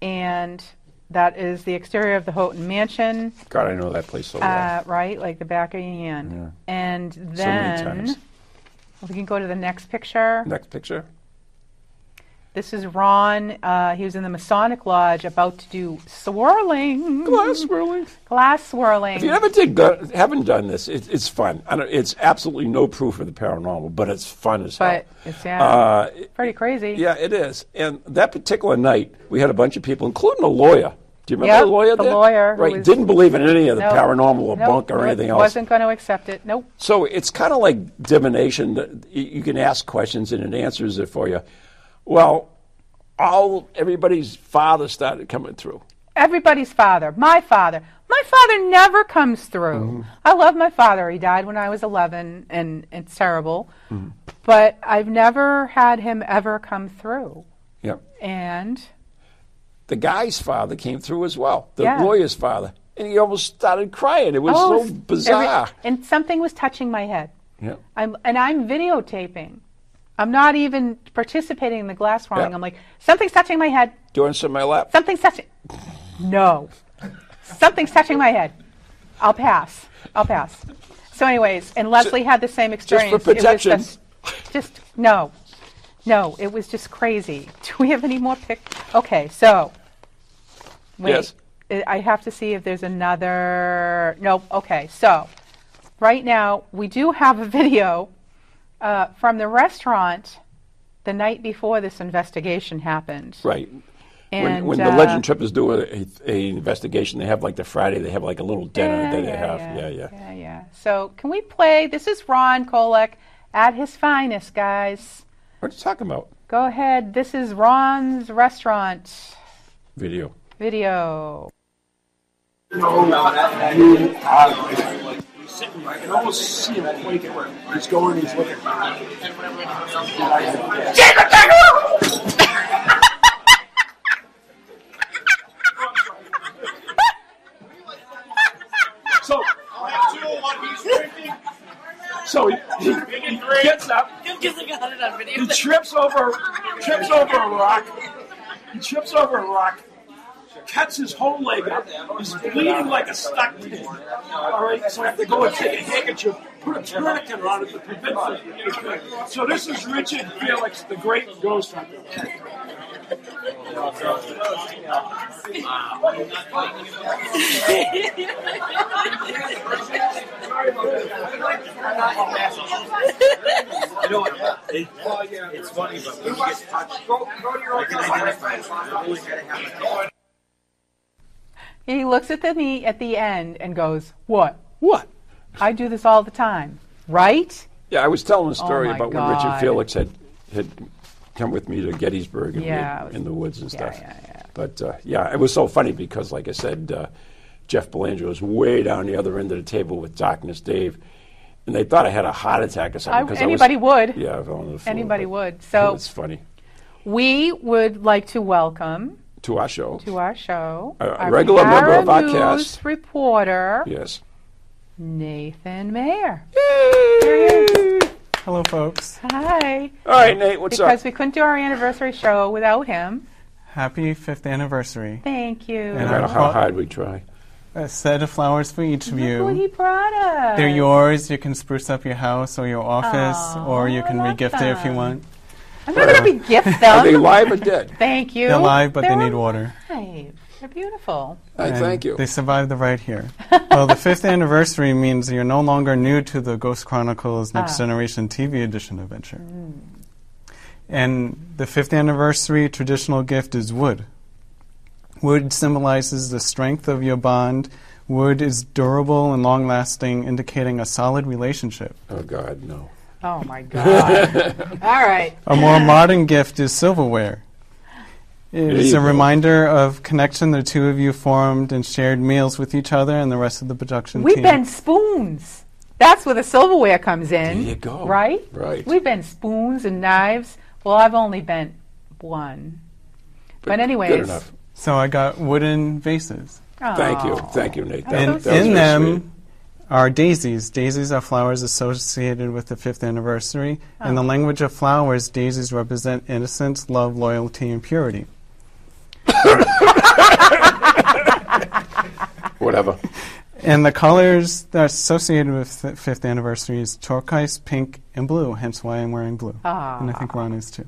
Speaker 2: and that is the exterior of the Houghton Mansion,
Speaker 3: God, I know that place so well.
Speaker 2: uh, right? Like the back of your hand. And
Speaker 3: so many
Speaker 2: then
Speaker 3: times.
Speaker 2: we can go to the next picture.
Speaker 3: Next picture.
Speaker 2: This is Ron. Uh, he was in the Masonic Lodge about to do swirling.
Speaker 3: Glass swirling.
Speaker 2: Glass swirling.
Speaker 3: If you never did, go, haven't done this, it, it's fun. I don't, it's absolutely no proof of the paranormal, but it's fun as hell.
Speaker 2: but it's yeah,
Speaker 3: Uh,
Speaker 2: pretty crazy.
Speaker 3: yeah, it is. And that particular night, we had a bunch of people, including a lawyer. Do you remember
Speaker 2: Yep,
Speaker 3: the lawyer?
Speaker 2: the
Speaker 3: there?
Speaker 2: lawyer who
Speaker 3: right?
Speaker 2: was-
Speaker 3: Didn't believe in any of the
Speaker 2: No,
Speaker 3: paranormal or
Speaker 2: no,
Speaker 3: bunk or
Speaker 2: no,
Speaker 3: anything else.
Speaker 2: Wasn't going to accept it. Nope.
Speaker 3: So it's kind of like divination. that y- You can ask questions and it answers it for you. Well, all everybody's father started coming through.
Speaker 2: Everybody's father. My father. My father never comes through. I love my father. He died when I was 11, and it's terrible. But I've never had him ever come through.
Speaker 3: Yeah,
Speaker 2: And
Speaker 3: the guy's father came through as well. The
Speaker 2: Yeah.
Speaker 3: lawyer's father. and he almost started crying. It was
Speaker 2: Oh,
Speaker 3: so
Speaker 2: every-
Speaker 3: bizarre.
Speaker 2: and something was touching my head.
Speaker 3: yeah.
Speaker 2: I'm and I'm videotaping. I'm not even participating in the glass falling.
Speaker 3: Yeah.
Speaker 2: I'm like, something's touching my head.
Speaker 3: Do you want to sit on my lap?
Speaker 2: Something's touching. No, something's touching my head. I'll pass. I'll pass. So, anyways, and Leslie had the same experience. It
Speaker 3: protection.
Speaker 2: was just, just no, no. It was just crazy. Do we have any more pic? Okay, so wait.
Speaker 3: Yes.
Speaker 2: I- I have to see if there's another. Nope. Okay, so right now we do have a video uh, from the restaurant the night before this investigation happened.
Speaker 3: Right. when
Speaker 2: And,
Speaker 3: when
Speaker 2: uh,
Speaker 3: the Legend Trip is doing a, a investigation, they have like the Friday, they have like a little dinner
Speaker 2: Yeah,
Speaker 3: that they
Speaker 2: yeah,
Speaker 3: have.
Speaker 2: yeah,
Speaker 3: Yeah, yeah.
Speaker 2: yeah, yeah. So can we play? This is Ron Kolek at his finest, guys.
Speaker 3: What are you talking about?
Speaker 2: Go ahead. This is Ron's restaurant
Speaker 3: Video.
Speaker 2: video.
Speaker 6: He's sitting there. I can almost see him blinking. He's going, he's looking.
Speaker 3: So, so he, he, he gets up,
Speaker 7: Because I got it on video.
Speaker 3: he trips over, trips over a rock, he trips over a rock, cuts his whole leg up, he's bleeding like a stuck pig. All right, so I have to go and take a handkerchief, put a tourniquet on it to prevent it. So this is Richard Felix, the great ghost hunter.
Speaker 6: You know what? It, it's funny, but when you get touched, go, go to your own
Speaker 2: He looks at the me at the end and goes, "What?
Speaker 3: What?
Speaker 2: I do this all the time, right?"
Speaker 3: Yeah, I was telling a story
Speaker 2: Oh my
Speaker 3: about when Richard
Speaker 2: God.
Speaker 3: Felix had had come with me to Gettysburg and we
Speaker 2: Yeah,
Speaker 3: had-
Speaker 2: it was-
Speaker 3: in the woods and
Speaker 2: yeah,
Speaker 3: stuff.
Speaker 2: yeah, yeah.
Speaker 3: But uh, yeah, it was so funny because, like I said, uh, Jeff Belanger was way down the other end of the table with Darkness Dave, and they thought I had a heart attack or
Speaker 2: I,
Speaker 3: something. 'cause I was-
Speaker 2: anybody would.
Speaker 3: Yeah, I was on the floor,
Speaker 2: Anybody
Speaker 3: but
Speaker 2: would. So-
Speaker 3: it's funny.
Speaker 2: We would like to welcome
Speaker 3: To our show,
Speaker 2: to our show
Speaker 3: A- a regular member of our
Speaker 2: Paranews
Speaker 3: cast.
Speaker 2: reporter
Speaker 3: yes.
Speaker 2: Nathan Mayer.
Speaker 8: Hello, folks.
Speaker 2: Hi.
Speaker 3: All right, Nate, what's
Speaker 2: because
Speaker 3: up?
Speaker 2: we couldn't do our anniversary show without him.
Speaker 8: Happy fifth anniversary.
Speaker 2: Thank you.
Speaker 8: And
Speaker 3: No matter
Speaker 8: I'm
Speaker 3: how
Speaker 8: Paul-
Speaker 3: hard we try.
Speaker 8: A set of flowers for each of
Speaker 2: Look what he
Speaker 8: you.
Speaker 2: brought us.
Speaker 8: They're yours. You can spruce up your house or your office,
Speaker 2: Aw,
Speaker 8: or you
Speaker 2: I
Speaker 8: can
Speaker 2: love
Speaker 8: regift it if you
Speaker 2: them.
Speaker 8: want.
Speaker 2: I'm not going to be gift
Speaker 3: Are they
Speaker 2: them.
Speaker 3: live or dead?
Speaker 2: Thank you.
Speaker 8: They're alive, but they
Speaker 2: They're
Speaker 8: need water.
Speaker 2: alive. They're beautiful.
Speaker 3: I
Speaker 8: And
Speaker 3: thank you.
Speaker 8: They survived the ride here. well, the fifth anniversary means you're no longer new to the Ghost Chronicles Next Generation TV Edition adventure. And the fifth anniversary traditional gift is wood. Wood symbolizes the strength of your bond. Wood is durable and long lasting, indicating a solid relationship.
Speaker 3: Oh God, no.
Speaker 2: Oh my god. All right.
Speaker 8: A more modern gift is silverware.
Speaker 3: There
Speaker 8: It's
Speaker 3: you
Speaker 8: a
Speaker 3: go.
Speaker 8: reminder of connection the two of you formed and shared meals with each other and the rest of the production
Speaker 2: We
Speaker 8: team.
Speaker 2: bend spoons. That's where the silverware comes in.
Speaker 3: There you go.
Speaker 2: Right?
Speaker 3: Right.
Speaker 2: We bend spoons and knives. Well, I've only bent one. But, anyways.
Speaker 3: Good enough.
Speaker 8: So I got wooden vases.
Speaker 3: Thank you,
Speaker 2: Oh,
Speaker 3: thank you, Nate. That- that
Speaker 2: And
Speaker 8: And
Speaker 3: was
Speaker 8: in
Speaker 3: very
Speaker 8: them
Speaker 3: sweet.
Speaker 8: are daisies. Daisies are flowers associated with the fifth anniversary. In the
Speaker 3: Oh.
Speaker 8: language of flowers, daisies represent innocence, love, loyalty, and purity.
Speaker 3: whatever.
Speaker 8: And the colors that are associated with the fifth anniversary is turquoise, pink, and blue, hence why I'm wearing blue. And I think
Speaker 3: Ah.
Speaker 8: Ron is too.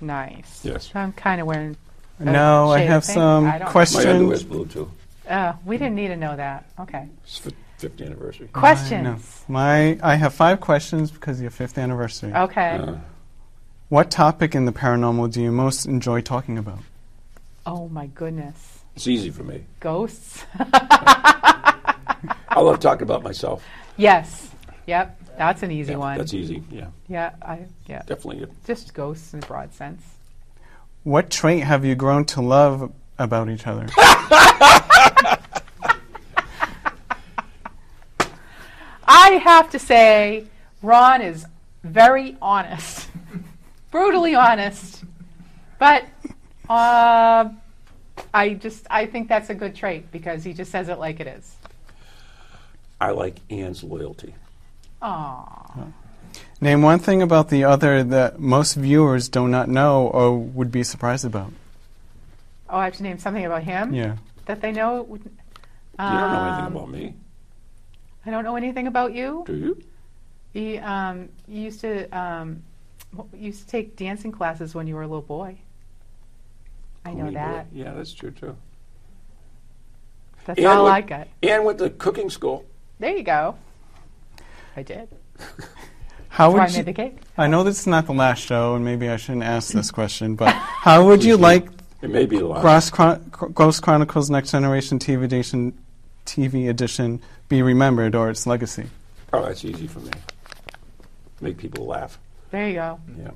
Speaker 2: Nice.
Speaker 3: Yes.
Speaker 2: I'm kind of wearing.
Speaker 8: now I
Speaker 2: shade
Speaker 8: have
Speaker 2: of pink?
Speaker 8: some
Speaker 2: I don't-
Speaker 3: My underwear's
Speaker 8: questions.
Speaker 3: blue too.
Speaker 2: Uh, we didn't need to know that. Okay.
Speaker 3: It's for 50th anniversary.
Speaker 2: Questions.
Speaker 8: No. My, I have five questions because of your fifth anniversary.
Speaker 3: Oh.
Speaker 2: Okay.
Speaker 8: What topic in the paranormal do you most enjoy talking about?
Speaker 2: oh my goodness.
Speaker 3: It's easy for me.
Speaker 2: Ghosts.
Speaker 3: I love talking about myself.
Speaker 2: yes. Yep. That's an easy
Speaker 3: Yeah,
Speaker 2: one.
Speaker 3: That's e- easy. Yeah,
Speaker 2: yeah. I. Yeah.
Speaker 3: definitely.
Speaker 2: Just ghosts in a broad sense.
Speaker 8: What trait have you grown to love about each other?
Speaker 2: I have to say, Ron is very honest, brutally honest, but uh, I just I think that's a good trait because he just says it like it is.
Speaker 3: I like Ann's loyalty.
Speaker 8: Name one thing about the other that most viewers do not know or would be surprised about.
Speaker 2: Oh, I have to name something about him
Speaker 8: Yeah.
Speaker 2: that they know. it wouldn't-
Speaker 3: you don't know
Speaker 2: Um,
Speaker 3: anything about me,
Speaker 2: I don't know anything about you.
Speaker 3: do you?
Speaker 2: He um, you used to um, w- you used to take dancing classes when you were a little boy. I know
Speaker 3: Only boy.
Speaker 2: that.
Speaker 3: Yeah, that's true too.
Speaker 2: That's
Speaker 3: And
Speaker 2: all
Speaker 3: what-
Speaker 2: I got.
Speaker 3: Ann went to cooking school.
Speaker 2: There you go. I did.
Speaker 8: How
Speaker 2: Before I
Speaker 8: would
Speaker 2: made the
Speaker 8: you,
Speaker 2: cake.
Speaker 8: I know this is not the last show, and maybe I shouldn't ask this question, but how would you like
Speaker 3: It may be a lot.
Speaker 8: Ghost, Chron- Ghost Chronicles Next Generation TV edition, TV edition be remembered or its legacy?
Speaker 3: Oh, that's easy for me. Make people laugh.
Speaker 2: There you go.
Speaker 3: Yeah.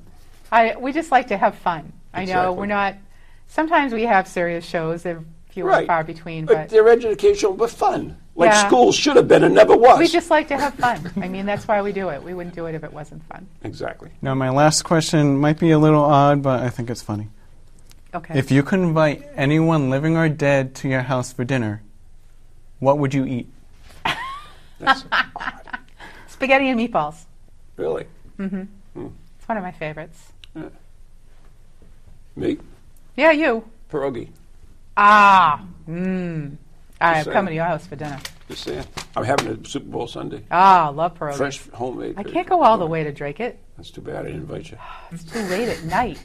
Speaker 2: I we just like to have fun. I know
Speaker 3: Exactly.
Speaker 2: we're not. Sometimes we have serious shows. They're few
Speaker 3: Right.
Speaker 2: and far between,
Speaker 3: But,
Speaker 2: but
Speaker 3: they're educational but fun. Like
Speaker 2: Yeah.
Speaker 3: schools should have been and never was.
Speaker 2: we just like to have fun. I mean, that's why we do it. We wouldn't do it if it wasn't fun.
Speaker 3: exactly.
Speaker 8: Now, my last question might be a little odd, but I think it's funny.
Speaker 2: Okay.
Speaker 8: If you could invite anyone living or dead to your house for dinner, what would you eat?
Speaker 3: That's,
Speaker 2: Spaghetti and meatballs.
Speaker 3: really.
Speaker 2: It's one of my favorites.
Speaker 3: Me?
Speaker 2: Yeah, you.
Speaker 3: Pierogi.
Speaker 2: Ah. Mmm. I'm
Speaker 3: saying.
Speaker 2: coming to your house for dinner.
Speaker 3: Just saying. I'm having a Super Bowl Sunday.
Speaker 2: Ah, love pierogi.
Speaker 3: Fresh homemade.
Speaker 2: I can't go all the way to Drake it.
Speaker 3: That's too bad I didn't invite you.
Speaker 2: It's too late at night.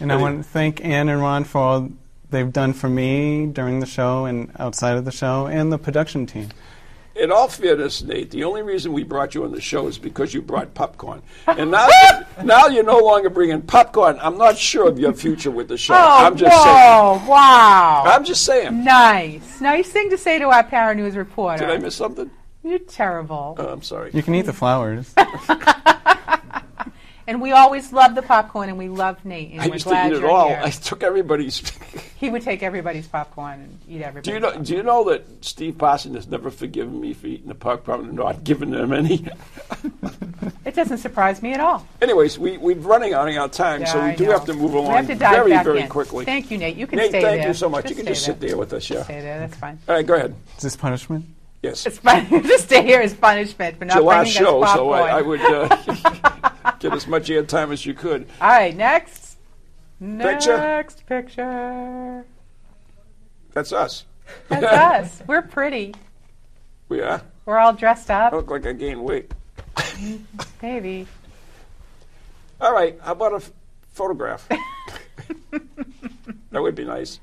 Speaker 8: And I want to thank Ann and Ron for all they've done for me during the show and outside of the show, and the production team.
Speaker 3: In all fairness, Nate, the only reason we brought you on the show is because you brought popcorn. And now, that- now you're no longer bringing popcorn. I'm not sure of your future with the show.
Speaker 2: Oh,
Speaker 3: I'm just
Speaker 2: whoa,
Speaker 3: saying.
Speaker 2: wow.
Speaker 3: I'm just saying.
Speaker 2: nice. Nice thing to say to our paranews reporter.
Speaker 3: Did I miss something?
Speaker 2: You're terrible.
Speaker 3: Oh, I'm sorry.
Speaker 8: You can eat the flowers.
Speaker 2: And we always love the popcorn, and we love Nate. And
Speaker 3: I
Speaker 2: we're
Speaker 3: used to
Speaker 2: glad
Speaker 3: eat it
Speaker 2: you're
Speaker 3: all.
Speaker 2: Here.
Speaker 3: I took everybody's.
Speaker 2: He would take everybody's popcorn and eat everybody's.
Speaker 3: do you know? Do you know that Steve Parson has never forgiven me for eating the popcorn and not giving him any?
Speaker 2: It doesn't surprise me at all.
Speaker 3: Anyways, we we're running out of our time, so
Speaker 2: Yeah,
Speaker 3: we
Speaker 2: I
Speaker 3: do
Speaker 2: know.
Speaker 3: have to move along
Speaker 2: We have to dive
Speaker 3: very,
Speaker 2: back
Speaker 3: very
Speaker 2: in.
Speaker 3: quickly.
Speaker 2: Thank you, Nate. You can
Speaker 3: Nate,
Speaker 2: stay
Speaker 3: thank
Speaker 2: there.
Speaker 3: you so much. you
Speaker 2: Just
Speaker 3: can just
Speaker 2: stay
Speaker 3: sit there with us, yeah.
Speaker 2: Stay there. That's fine.
Speaker 3: All right, go ahead.
Speaker 8: Is this punishment?
Speaker 3: Yes.
Speaker 2: It's fine. Just stay here as punishment for not
Speaker 3: It's your last
Speaker 2: bringing us
Speaker 3: show,
Speaker 2: popcorn.
Speaker 3: so I, I would uh, give as much air time as you could.
Speaker 2: All right, next.
Speaker 3: Picture.
Speaker 2: Next picture.
Speaker 3: That's us.
Speaker 2: That's us. We're pretty.
Speaker 3: We are.
Speaker 2: We're all dressed
Speaker 3: I
Speaker 2: up,
Speaker 3: look like I gained weight.
Speaker 2: maybe.
Speaker 3: All right, how about a f- photograph? that would be nice.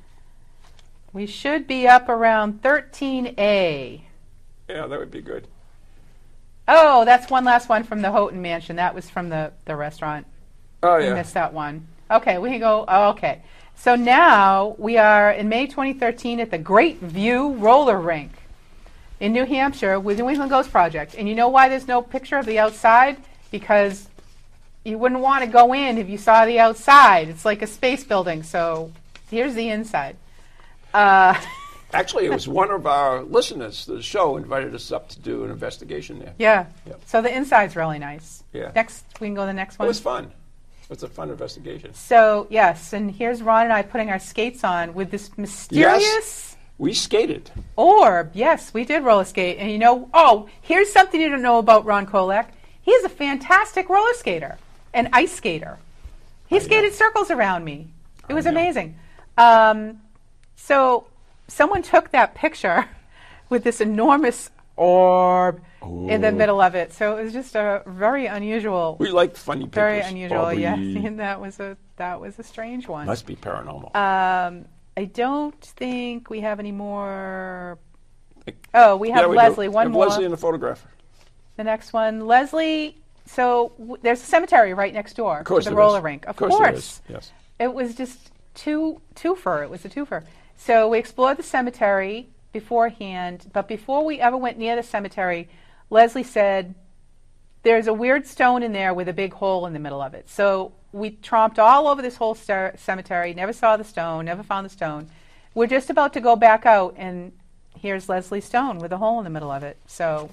Speaker 2: We should be up around 13A.
Speaker 3: Yeah, that would be good.
Speaker 2: Oh, that's one last one from the Houghton Mansion. That was from the, the restaurant.
Speaker 3: Oh,
Speaker 2: We
Speaker 3: yeah.
Speaker 2: missed that one. Okay, we can go. Oh, okay. So now we are in May 2013 at the Great View Roller Rink in New Hampshire with New England Ghost Project. And you know why there's no picture of the outside? Because you wouldn't want to go in if you saw the outside. It's like a space building. So here's the inside. Uh,
Speaker 3: Actually, it was one of our listeners, to the show, invited us up to do an investigation there.
Speaker 2: yeah.
Speaker 3: Yep.
Speaker 2: So the inside's really nice.
Speaker 3: Yeah.
Speaker 2: Next, we can go to the next
Speaker 3: It
Speaker 2: one.
Speaker 3: was fun. It was a fun investigation.
Speaker 2: So yes, and here's Ron and I putting our skates on with this mysterious.
Speaker 3: We skated.
Speaker 2: Orb, yes, we did roller skate. And you know, oh, here's something you don't know about Ron Kolak. He is a fantastic roller skater, an ice skater. He skated circles around me. It was amazing. Um, so someone took that picture with this enormous orb in the middle of it. So it was just a very unusual,
Speaker 3: We liked funny pictures.
Speaker 2: very unusual.
Speaker 3: Aubrey.
Speaker 2: Yeah, and that was a that was a strange one.
Speaker 3: Must be paranormal.
Speaker 2: Um, I don't think we have any more. Oh, we have
Speaker 3: Yeah, we do.
Speaker 2: Leslie. One
Speaker 3: Have
Speaker 2: more.
Speaker 3: Leslie in the photograph.
Speaker 2: the next one, Leslie. So w- there's a cemetery right next door
Speaker 3: Of course,
Speaker 2: to the
Speaker 3: there
Speaker 2: roller
Speaker 3: is.
Speaker 2: rink. Of,
Speaker 3: course, there is. Yes.
Speaker 2: it was just two twofer. It was a twofer. So we explored the cemetery beforehand, but before we ever went near the cemetery, Leslie said, "There's a weird stone in there with a big hole in the middle of it." So we tromped all over this whole cer- cemetery, never saw the stone, never found the stone. We're just about to go back out, and here's Leslie's stone with a hole in the middle of it. So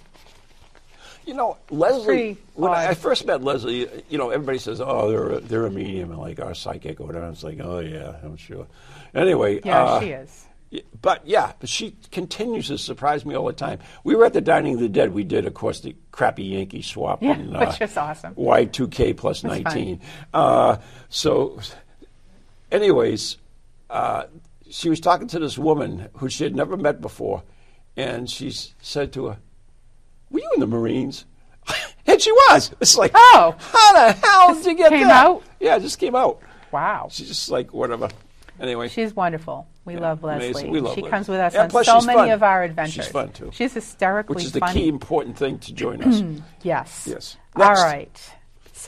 Speaker 3: You know, Leslie.
Speaker 2: Pretty
Speaker 3: When I
Speaker 2: odd.
Speaker 3: first met Leslie, you know, everybody says, "Oh, they're a, they're a medium," and like our psychic or whatever. It's like, "Oh yeah, I'm sure." Anyway,
Speaker 2: Yeah,
Speaker 3: uh,
Speaker 2: she is.
Speaker 3: y- But yeah, but she continues to surprise me all the time. We were at the Dining of the Dead. We did, of course, the crappy Yankee swap.
Speaker 2: Yeah,
Speaker 3: and, uh,
Speaker 2: which is awesome.
Speaker 3: Y2K plus
Speaker 2: That's fun.
Speaker 3: 19. Uh, so, anyways, uh, she was talking to this woman who she had never met before, and she s- said to her, Were you in the Marines? and she was. It's like,
Speaker 2: Oh.
Speaker 3: How the hell did you get
Speaker 2: came
Speaker 3: that?
Speaker 2: out?
Speaker 3: Yeah, it just came out.
Speaker 2: Wow.
Speaker 3: She's just like, whatever. Anyway.
Speaker 2: She's wonderful. We love Leslie.
Speaker 3: amazing. We love
Speaker 2: she
Speaker 3: Leslie.
Speaker 2: comes with us
Speaker 3: Yeah,
Speaker 2: on
Speaker 3: plus
Speaker 2: so
Speaker 3: she's
Speaker 2: many
Speaker 3: fun.
Speaker 2: of our adventures.
Speaker 3: She's fun, too.
Speaker 2: She's hysterically
Speaker 3: which is the
Speaker 2: funny.
Speaker 3: key important thing to join us.
Speaker 2: Yes.
Speaker 3: Yes. Next.
Speaker 2: All right.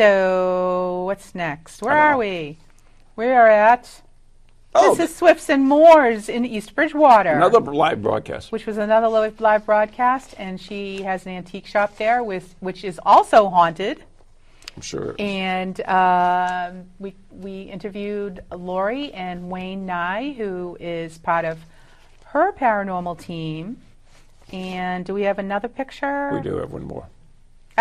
Speaker 2: So what's next? Where
Speaker 3: I don't
Speaker 2: are
Speaker 3: know.
Speaker 2: we? We are at.
Speaker 3: Oh,
Speaker 2: this is Swifts and Moors in East Bridgewater.
Speaker 3: another live broadcast.
Speaker 2: which was another live, live broadcast, and she has an antique shop there, with which is also haunted.
Speaker 3: I'm sure.
Speaker 2: And um, we we interviewed Lori and Wayne Nye, who is part of her paranormal team. And do we have another picture?
Speaker 3: We do have one more.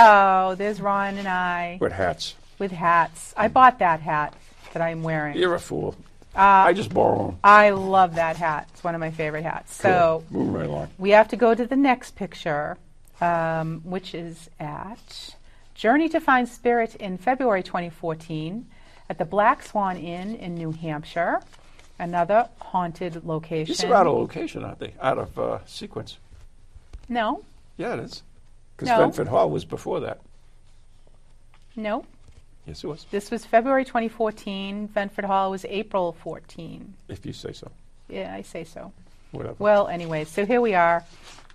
Speaker 2: Oh, there's Ron and I
Speaker 3: With hats.
Speaker 2: with hats. I bought that hat that I'm wearing.
Speaker 3: You're a fool.
Speaker 2: Uh,
Speaker 3: I just borrow them.
Speaker 2: I love that hat. It's one of my favorite hats. So
Speaker 3: Moving right along.
Speaker 2: we have to go to the next picture, um, which is at Journey to Find Spirit in February 2014 at the Black Swan Inn in New Hampshire, another haunted location.
Speaker 3: These are out of location, aren't they? Out of uh, sequence.
Speaker 2: No,
Speaker 3: Yeah, it is. Because
Speaker 2: No.
Speaker 3: Benford Hall was before that.
Speaker 2: no.
Speaker 3: Yes, it was.
Speaker 2: This was February 2014. Benford Hall was April 14.
Speaker 3: If you say so.
Speaker 2: Yeah, I say so.
Speaker 3: Whatever.
Speaker 2: Well, anyway, so here we are.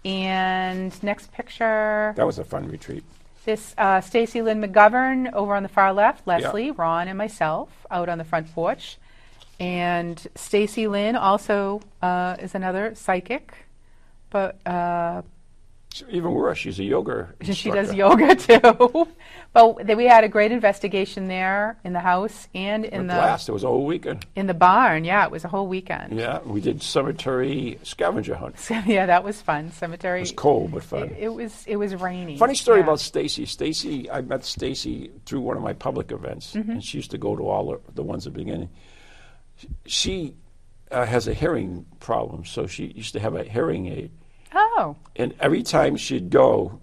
Speaker 2: And next picture.
Speaker 3: that was a fun retreat.
Speaker 2: This uh, Stacy Lynn McGovern over on the far left, Leslie, Ron, and myself out on the front porch, and Stacy Lynn also uh, is another psychic, but uh,
Speaker 3: So even worse, she's a yoga.
Speaker 2: she does
Speaker 3: instructor.
Speaker 2: yoga too. but th- we had a great investigation there in the house and in
Speaker 3: A
Speaker 2: the
Speaker 3: blast. It was a whole weekend.
Speaker 2: in the barn. Yeah, it was a whole weekend.
Speaker 3: Yeah, we did cemetery scavenger hunt. It
Speaker 2: So, yeah, that was fun. Cemetery.
Speaker 3: was cold but fun.
Speaker 2: It, it was it was rainy.
Speaker 3: Funny story
Speaker 2: Yeah.
Speaker 3: about Stacy. Stacy, I met Stacy through one of my public events,
Speaker 2: Mm-hmm.
Speaker 3: and she used to go to all the, the ones at the beginning. She uh, has a hearing problem, so she used to have a hearing aid,
Speaker 2: Oh,
Speaker 3: and every time she'd go,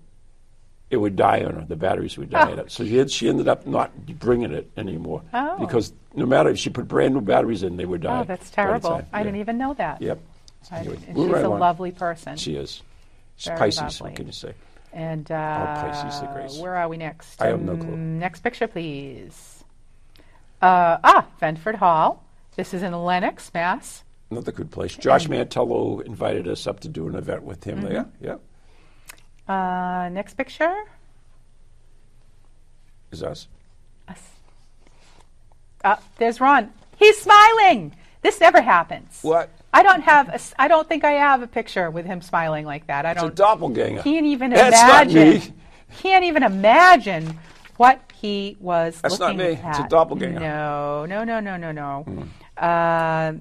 Speaker 3: it would die on her. The batteries would die. out. So she had, she ended up not bringing it anymore
Speaker 2: Oh.
Speaker 3: because no matter if she put brand new batteries in, they would die.
Speaker 2: oh, that's
Speaker 3: by the
Speaker 2: terrible.
Speaker 3: time.
Speaker 2: I
Speaker 3: Yeah.
Speaker 2: didn't even know that.
Speaker 3: Yep.
Speaker 2: I-
Speaker 3: Anyway,
Speaker 2: and
Speaker 3: move
Speaker 2: she's
Speaker 3: right
Speaker 2: a
Speaker 3: along.
Speaker 2: lovely person.
Speaker 3: She is. She's
Speaker 2: Very
Speaker 3: Pisces.
Speaker 2: lovely.
Speaker 3: What can you say?
Speaker 2: And uh,
Speaker 3: Pisces the Grace.
Speaker 2: where are we next?
Speaker 3: I have no clue.
Speaker 2: Um, Next picture, please. Uh, ah, Venford Hall. This is in Lenox, Mass.
Speaker 3: Another good place. Josh Mantello invited us up to do an event with him there.
Speaker 2: Mm-hmm.
Speaker 3: Yeah.
Speaker 2: Uh, next picture.
Speaker 3: Is us.
Speaker 2: Uh, there's Ron. He's smiling. This never happens.
Speaker 3: What?
Speaker 2: I don't have. A, s- I don't think I have a picture with him smiling like that. I
Speaker 3: It's a
Speaker 2: don't.
Speaker 3: doppelganger.
Speaker 2: can't even
Speaker 3: That's not
Speaker 2: imagine.
Speaker 3: me.
Speaker 2: Can't even imagine what he was
Speaker 3: That's not
Speaker 2: looking
Speaker 3: me. It's a
Speaker 2: at.
Speaker 3: doppelganger. Hmm.
Speaker 2: No, no, no, no, no, no. Uh,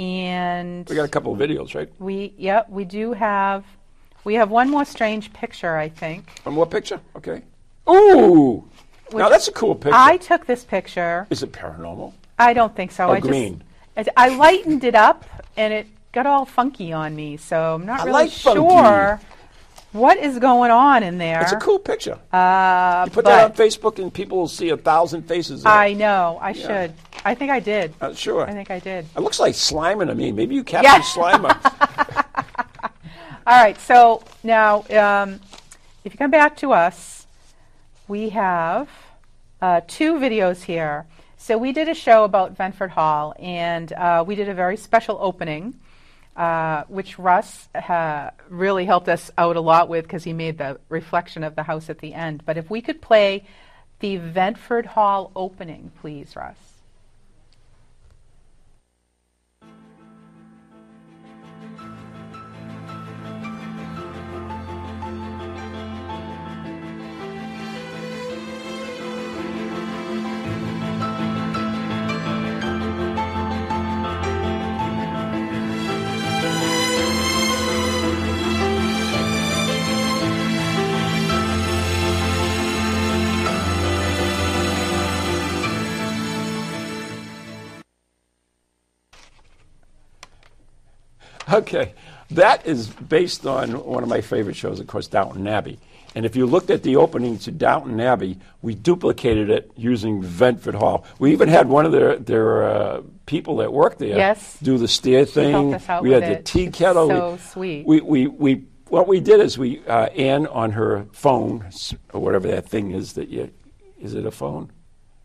Speaker 2: and
Speaker 3: We got a couple of videos, right?
Speaker 2: we, yep, we do have. We have one more strange picture, I think.
Speaker 3: One more picture? Okay. Ooh! now that's a cool picture.
Speaker 2: I took this picture.
Speaker 3: Is it paranormal?
Speaker 2: I don't think so.
Speaker 3: Oh,
Speaker 2: I
Speaker 3: green.
Speaker 2: just I, I lightened it up and it got all funky on me, so I'm not
Speaker 3: I
Speaker 2: really
Speaker 3: like funky.
Speaker 2: sure what is going on in there.
Speaker 3: It's a cool picture.
Speaker 2: Uh,
Speaker 3: Put
Speaker 2: but
Speaker 3: that on Facebook and people will see a thousand faces. in it.
Speaker 2: I know. I
Speaker 3: Yeah.
Speaker 2: should. I think I did.
Speaker 3: Uh, sure.
Speaker 2: I think I did.
Speaker 3: It looks like Slimer to me. Maybe you captured
Speaker 2: Yeah.
Speaker 3: Slimer.
Speaker 2: All right. So now, um, if you come back to us, we have uh, two videos here. So we did a show about Venford Hall, and uh, we did a very special opening, uh, which Russ uh, really helped us out a lot with because he made the reflection of the house at the end. But if we could play the Venford Hall opening, please, Russ.
Speaker 7: Thank
Speaker 3: Okay, that is based on one of my favorite shows, of course, Downton Abbey. And if you looked at the opening to Downton Abbey, we duplicated it using Ventford Hall. We even had one of their their uh, people that worked there
Speaker 2: Yes.
Speaker 3: do the stair thing.
Speaker 2: us out
Speaker 3: we
Speaker 2: with
Speaker 3: had the
Speaker 2: it.
Speaker 3: tea
Speaker 2: It's
Speaker 3: kettle.
Speaker 2: so
Speaker 3: we,
Speaker 2: sweet.
Speaker 3: We, we, we what we did is we uh, Anne on her phone s- or whatever that thing is that you is it a phone?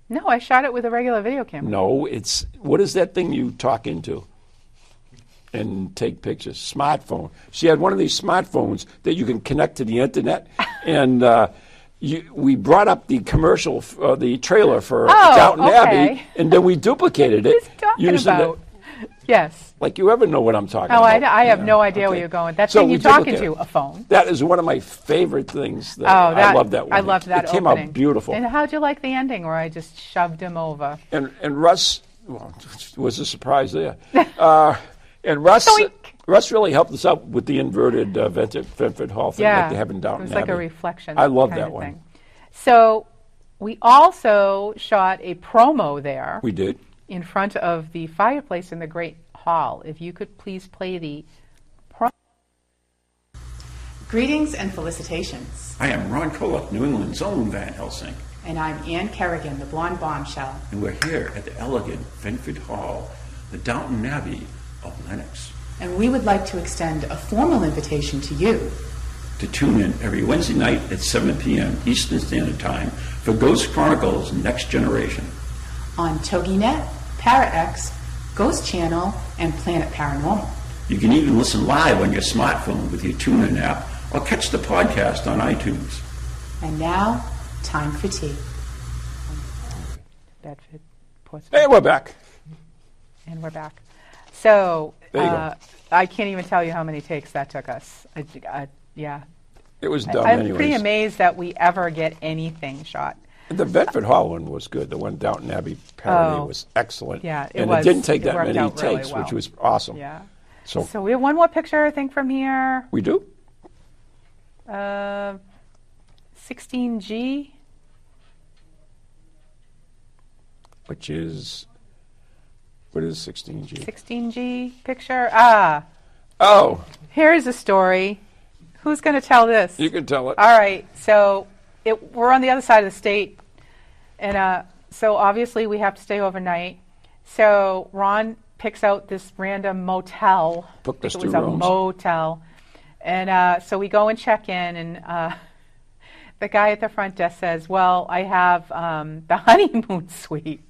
Speaker 2: No, I shot it with a regular video camera.
Speaker 3: No, it's what is that thing you talk into and take pictures? Smartphone. She had one of these smartphones that you can connect to the internet, and uh, you, we brought up the commercial, f- uh, the trailer for
Speaker 2: Oh,
Speaker 3: Downton Abbey,
Speaker 2: okay.
Speaker 3: and then we duplicated it
Speaker 2: What are you talking
Speaker 3: using
Speaker 2: about?
Speaker 3: The,
Speaker 2: Yes.
Speaker 3: like you ever know what I'm talking
Speaker 2: Oh, I,
Speaker 3: about?
Speaker 2: I have
Speaker 3: Yeah,
Speaker 2: no idea where
Speaker 3: okay.
Speaker 2: you're going. That
Speaker 3: So
Speaker 2: thing
Speaker 3: we
Speaker 2: you're talking to,
Speaker 3: duplicated.
Speaker 2: a phone.
Speaker 3: That is one of my favorite things. That,
Speaker 2: Oh, that,
Speaker 3: I love that one.
Speaker 2: I love that.
Speaker 3: It came
Speaker 2: opening.
Speaker 3: out beautiful.
Speaker 2: And how'd you like the ending where I just shoved him over?
Speaker 3: and and Russ well, was a surprise there. Uh, and Russ
Speaker 2: Doink.
Speaker 3: Russ really helped us out with the inverted uh, Ventford, Ventford Hall thing
Speaker 2: Yeah,
Speaker 3: like they have in Downton
Speaker 2: it was like a
Speaker 3: Abbey.
Speaker 2: reflection.
Speaker 3: I love
Speaker 2: kind
Speaker 3: that
Speaker 2: of
Speaker 3: one.
Speaker 2: thing. So we also shot a promo there
Speaker 3: We did.
Speaker 2: in front of the fireplace in the great hall. If you could please play the
Speaker 5: Greetings and felicitations.
Speaker 7: I am Ron Koloff, New England's own Van Helsing,
Speaker 5: And I'm Ann Kerrigan, the blonde bombshell.
Speaker 7: and we're here at the elegant Fenford Hall, the Downton Abbey of Lennox.
Speaker 5: And we would like to extend a formal invitation to you
Speaker 7: To tune in every Wednesday night at 7 p.m. Eastern Standard Time for Ghost Chronicles Next Generation.
Speaker 5: on TogiNet, ParaX, Ghost Channel, and Planet Paranormal.
Speaker 7: You can even listen live on your smartphone with your TuneIn app or catch the podcast on iTunes.
Speaker 5: And now, time for tea.
Speaker 2: Bedford Portsmouth.
Speaker 3: Hey, we're back.
Speaker 2: And we're back. So
Speaker 3: There you go.
Speaker 2: uh, I can't even tell you how many takes that took us. I, I- yeah.
Speaker 3: It was
Speaker 2: I-
Speaker 3: dumb
Speaker 2: I'm
Speaker 3: anyways.
Speaker 2: pretty amazed that we ever get anything shot.
Speaker 3: The Bedford Hall one was good. The one Downton Abbey parody
Speaker 2: Oh.
Speaker 3: was excellent.
Speaker 2: Yeah, it
Speaker 3: and
Speaker 2: was.
Speaker 3: it didn't take
Speaker 2: It
Speaker 3: that
Speaker 2: worked
Speaker 3: many
Speaker 2: out
Speaker 3: takes,
Speaker 2: really well.
Speaker 3: which was awesome.
Speaker 2: Yeah.
Speaker 3: So,
Speaker 2: So we have one more picture, I think, from here.
Speaker 3: we do.
Speaker 2: Uh, 16G.
Speaker 3: Which is what is 16G?
Speaker 2: 16G picture. Ah,
Speaker 3: Oh,
Speaker 2: here's a story. Who's going to tell this?
Speaker 3: you can tell it.
Speaker 2: All right. So it, we're on the other side of the state. And uh, so obviously we have to stay overnight. So Ron picks out this random motel.
Speaker 3: Booked
Speaker 2: I
Speaker 3: us
Speaker 2: think it was
Speaker 3: two
Speaker 2: a
Speaker 3: rooms.
Speaker 2: motel. And uh, so we go and check in. And uh, the guy at the front desk says, Well, I have um, the honeymoon suite.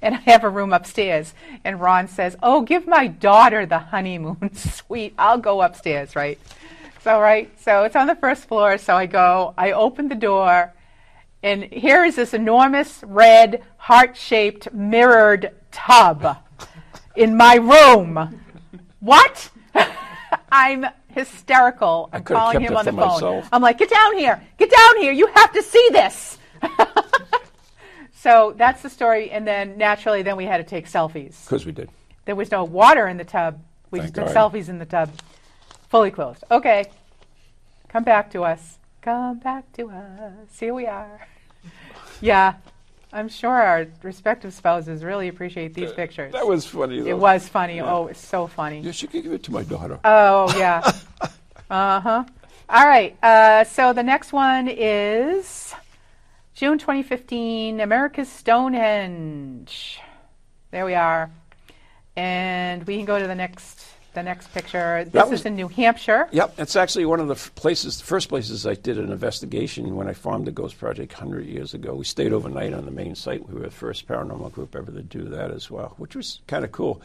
Speaker 2: And I have a room upstairs. And Ron says, Oh, give my daughter the honeymoon suite. I'll go upstairs, right? So, right, so it's on the first floor. So I go, I open the door, and here is this enormous red heart shaped mirrored tub in my room. What? I'm hysterical. I'm
Speaker 3: could've
Speaker 2: calling
Speaker 3: kept
Speaker 2: him
Speaker 3: that
Speaker 2: on the
Speaker 3: for
Speaker 2: phone.
Speaker 3: myself.
Speaker 2: I'm like, get down here, get down here, you have to see this. so that's the story. And then naturally, then we had to take selfies.
Speaker 3: Because we did.
Speaker 2: There was no water in the tub. We
Speaker 3: Thank
Speaker 2: just took
Speaker 3: God.
Speaker 2: selfies in the tub, fully closed. Okay, come back to us. Come back to us. Here we are. Yeah, I'm sure our respective spouses really appreciate these pictures.
Speaker 3: That was funny. Though.
Speaker 2: It was funny. Oh, it's so funny.
Speaker 3: Yeah, she could give it to my daughter.
Speaker 2: Oh, yeah. uh huh. All right. Uh, so the next one is June 2015, America's Stonehenge. There we are. And we can go to the next the next picture. This
Speaker 3: was-
Speaker 2: is in New Hampshire.
Speaker 3: Yep, it's actually one of the f- places, the first places I did an investigation when I formed the Ghost Project 100 years ago. We stayed overnight on the main site. We were the first paranormal group ever to do that as well, which was kind of cool.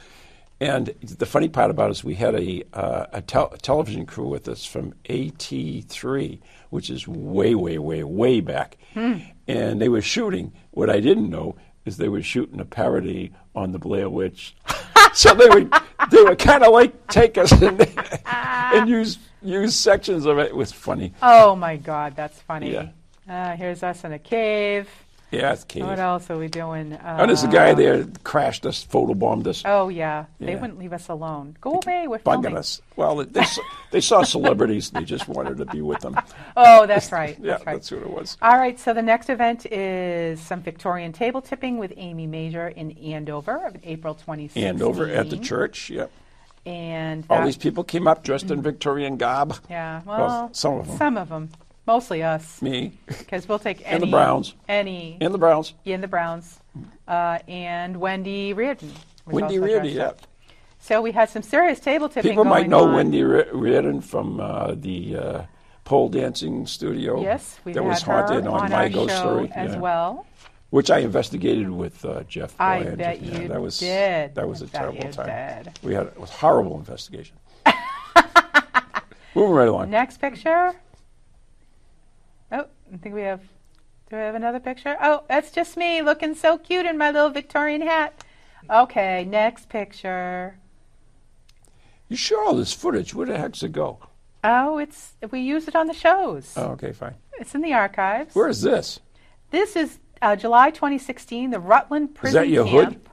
Speaker 3: And the funny part about it is we had a, uh, a, tel- television crew with us from AT3, which is way, way, way, way back. And they were shooting. What I didn't know is they were shooting a parody on the Blair Witch. so they would they would kind of like take us and, and use use sections of it. It was funny.
Speaker 2: Oh my God, that's funny.
Speaker 3: Yeah.
Speaker 2: Uh, here's us in a cave.
Speaker 3: Yeah, it's cave.
Speaker 2: What
Speaker 3: Oh,
Speaker 2: else are we doing? Uh,
Speaker 3: there's a guy there that crashed us, photobombed us,
Speaker 2: Oh yeah, they
Speaker 3: Yeah.
Speaker 2: wouldn't leave us alone. Go away, we're
Speaker 3: bugging
Speaker 2: filming.
Speaker 3: us. Well, they s- they saw celebrities. They just wanted to be with them.
Speaker 2: Oh, that's right.
Speaker 3: yeah,
Speaker 2: that's right.
Speaker 3: that's what it was.
Speaker 2: All right, so the next event is some Victorian table tipping with Amy Major in Andover, of April 2016.
Speaker 3: And over at the church. Yep.
Speaker 2: And
Speaker 3: All
Speaker 2: that-
Speaker 3: these people came up dressed in Victorian garb.
Speaker 2: Mm. yeah, well,
Speaker 3: Well, some of 'em.
Speaker 2: Some of them, mostly us,
Speaker 3: Me
Speaker 2: because we'll take any
Speaker 3: And the Browns.
Speaker 2: any
Speaker 3: and the Browns.
Speaker 2: in the Browns, uh, and Wendy Reardon. was
Speaker 3: Wendy
Speaker 2: also
Speaker 3: Reardon.
Speaker 2: dressed
Speaker 3: Yeah.
Speaker 2: up. So we had some serious table tipping.
Speaker 3: People might
Speaker 2: going
Speaker 3: know
Speaker 2: on.
Speaker 3: Wendy Re- Reardon from uh, the uh, pole dancing studio.
Speaker 2: Yes, we've
Speaker 3: that
Speaker 2: had
Speaker 3: was haunted
Speaker 2: her
Speaker 3: on,
Speaker 2: on
Speaker 3: my
Speaker 2: our
Speaker 3: ghost
Speaker 2: show
Speaker 3: story
Speaker 2: as
Speaker 3: yeah.
Speaker 2: well.
Speaker 3: which I investigated with uh, Jeff.
Speaker 2: I
Speaker 3: Belanger.
Speaker 2: bet
Speaker 3: Yeah,
Speaker 2: you
Speaker 3: that was,
Speaker 2: did.
Speaker 3: That was
Speaker 2: I
Speaker 3: a
Speaker 2: bet
Speaker 3: terrible
Speaker 2: you
Speaker 3: time.
Speaker 2: did.
Speaker 3: We had it was a horrible investigation. Moving right along.
Speaker 2: Next picture. Oh, I think we have. Do we have another picture? Oh, that's just me looking so cute in my little Victorian hat. Okay, next picture.
Speaker 3: You sure all this footage? Where the heck's it go?
Speaker 2: Oh, it's we use it on the shows.
Speaker 3: Oh, okay, fine.
Speaker 2: It's in the archives.
Speaker 3: Where is this?
Speaker 2: This is uh, July 2016, the Rutland Prison
Speaker 3: that your hood?
Speaker 2: Camp.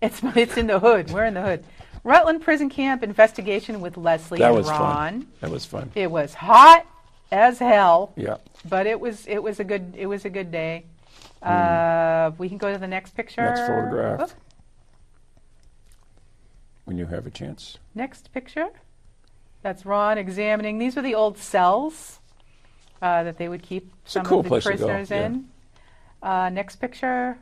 Speaker 2: It's it's in the hood. We're in the hood. Rutland Prison Camp investigation with Leslie
Speaker 3: That
Speaker 2: and
Speaker 3: was
Speaker 2: Ron.
Speaker 3: fun. That was fun.
Speaker 2: It was hot as hell.
Speaker 3: Yeah.
Speaker 2: But it was it was a good it was a good day. Uh, we can go to the next picture.
Speaker 3: Hmm. Next photograph.
Speaker 2: Oop,
Speaker 3: When you have a chance.
Speaker 2: next picture. That's Ron examining. These were the old cells uh, that they would keep
Speaker 3: a
Speaker 2: some
Speaker 3: cool
Speaker 2: of the
Speaker 3: place to go,
Speaker 2: prisoners
Speaker 3: yeah.
Speaker 2: in. Uh, next picture.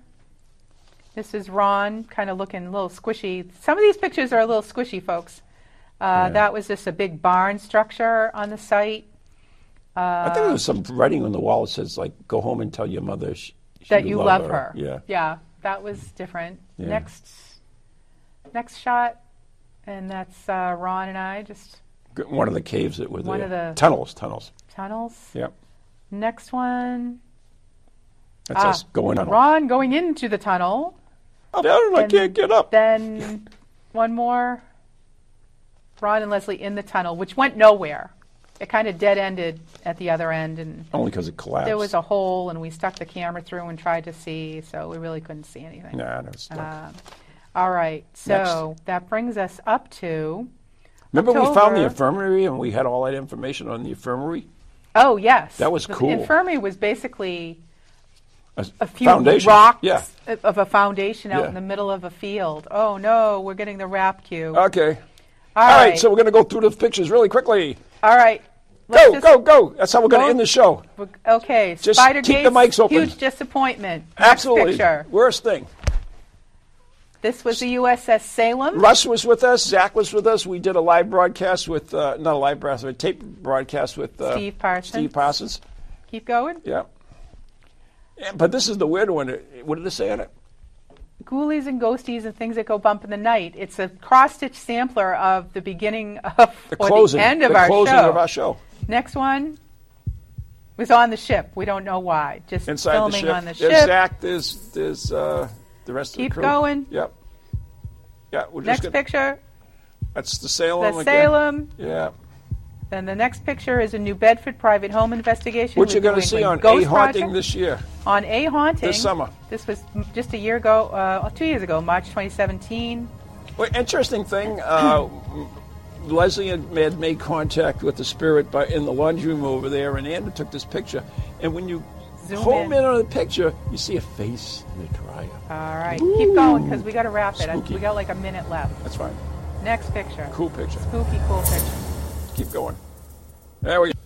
Speaker 2: This is Ron, kind of looking a little squishy. Some of these pictures are a little squishy, folks. Uh,
Speaker 3: Yeah.
Speaker 2: That was just a big barn structure on the site.
Speaker 3: I think there was some writing on the wall that says like, "Go home and tell your mother sh-
Speaker 2: that you love, her.
Speaker 3: Yeah.
Speaker 2: Yeah, that was different.
Speaker 3: Yeah.
Speaker 2: Next, next shot, and that's uh, Ron and I just
Speaker 3: G- One of the caves that were
Speaker 2: One
Speaker 3: there.
Speaker 2: of the-
Speaker 3: tunnels, tunnels.
Speaker 2: tunnels.
Speaker 3: Yeah.
Speaker 2: Next one,
Speaker 3: That's us going on.
Speaker 2: Ah, Ron going into the tunnel.
Speaker 3: I don't know, I
Speaker 2: and
Speaker 3: can't get up.
Speaker 2: Then one more, Ron and Leslie in the tunnel, which went nowhere. It kind of dead ended at the other end, and
Speaker 3: Only because it collapsed.
Speaker 2: there was a hole, and we stuck the camera through and tried to see, so we really couldn't see anything.
Speaker 3: Nah, no, it's not.
Speaker 2: Um, all right, so that brings us up to.
Speaker 3: Remember, we found the
Speaker 2: October.
Speaker 3: infirmary and we had all that information on the infirmary?
Speaker 2: Oh yes,
Speaker 3: That was
Speaker 2: the
Speaker 3: cool.
Speaker 2: Infirmary was basically
Speaker 3: A,
Speaker 2: a few
Speaker 3: foundation.
Speaker 2: rocks
Speaker 3: Yeah.
Speaker 2: of- of a foundation out
Speaker 3: Yeah.
Speaker 2: in the middle of a field. Oh no, we're getting the rap cue.
Speaker 3: Okay.
Speaker 2: all
Speaker 3: all right. so we're going to go through the pictures really quickly.
Speaker 2: all right, let's
Speaker 3: Go,
Speaker 2: just-
Speaker 3: go, go. That's how we're going
Speaker 2: go.
Speaker 3: to end the show.
Speaker 2: we're- Okay,
Speaker 3: Just
Speaker 2: Spider
Speaker 3: keep
Speaker 2: Gates,
Speaker 3: the mics open.
Speaker 2: huge disappointment. Next
Speaker 3: Absolutely.
Speaker 2: picture.
Speaker 3: Worst thing.
Speaker 2: This was the USS Salem.
Speaker 3: Russ was with us. Zach was with us. We did a live broadcast with, uh, not a live broadcast, a tape broadcast with uh,
Speaker 2: Steve Parsons.
Speaker 3: Steve Parsons.
Speaker 2: Keep going.
Speaker 3: Yeah. Yeah, But this is the weird one. It- What did it say on it?
Speaker 2: Ghoulies and ghosties and things that go bump in the night. It's a cross stitch sampler of the beginning of
Speaker 3: The
Speaker 2: or
Speaker 3: closing.
Speaker 2: the end of
Speaker 3: the
Speaker 2: our
Speaker 3: closing
Speaker 2: show.
Speaker 3: of our show.
Speaker 2: Next one was on the ship. We don't know why. Just
Speaker 3: Inside
Speaker 2: filming
Speaker 3: the ship.
Speaker 2: on the
Speaker 3: there's
Speaker 2: ship.
Speaker 3: Zach. There's there's uh, the rest of
Speaker 2: Keep
Speaker 3: the crew.
Speaker 2: going.
Speaker 3: Yep. Yeah. We're just
Speaker 2: next
Speaker 3: gonna,
Speaker 2: picture,
Speaker 3: That's the
Speaker 2: the
Speaker 3: Salem. again.
Speaker 2: Salem.
Speaker 3: Yeah.
Speaker 2: Then the next picture is a New Bedford private home investigation.
Speaker 3: What
Speaker 2: with
Speaker 3: you're going
Speaker 2: New
Speaker 3: to see on
Speaker 2: England
Speaker 3: a
Speaker 2: Ghost
Speaker 3: haunting
Speaker 2: Project.
Speaker 3: this year?
Speaker 2: on a haunting
Speaker 3: this summer.
Speaker 2: This was m- just a year ago, uh, two years ago, March 2017.
Speaker 3: Well, interesting thing. Uh, Leslie had made, made contact with the spirit by, in the laundry room over there, and Anna took this picture. And when you
Speaker 2: Zoom
Speaker 3: home
Speaker 2: in.
Speaker 3: in. on the picture, you see a face in the dryer.
Speaker 2: All right, keep going because we got to wrap it. I-
Speaker 3: Spooky.
Speaker 2: We got like a minute left.
Speaker 3: That's fine.
Speaker 2: Next picture.
Speaker 3: Cool picture.
Speaker 2: Spooky, cool picture.
Speaker 3: Keep going. There we go.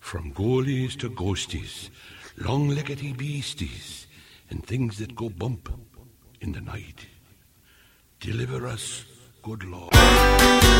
Speaker 9: From ghoulies to ghosties, long leggedy beasties, and things that go bump in the night. Deliver us, good Lord.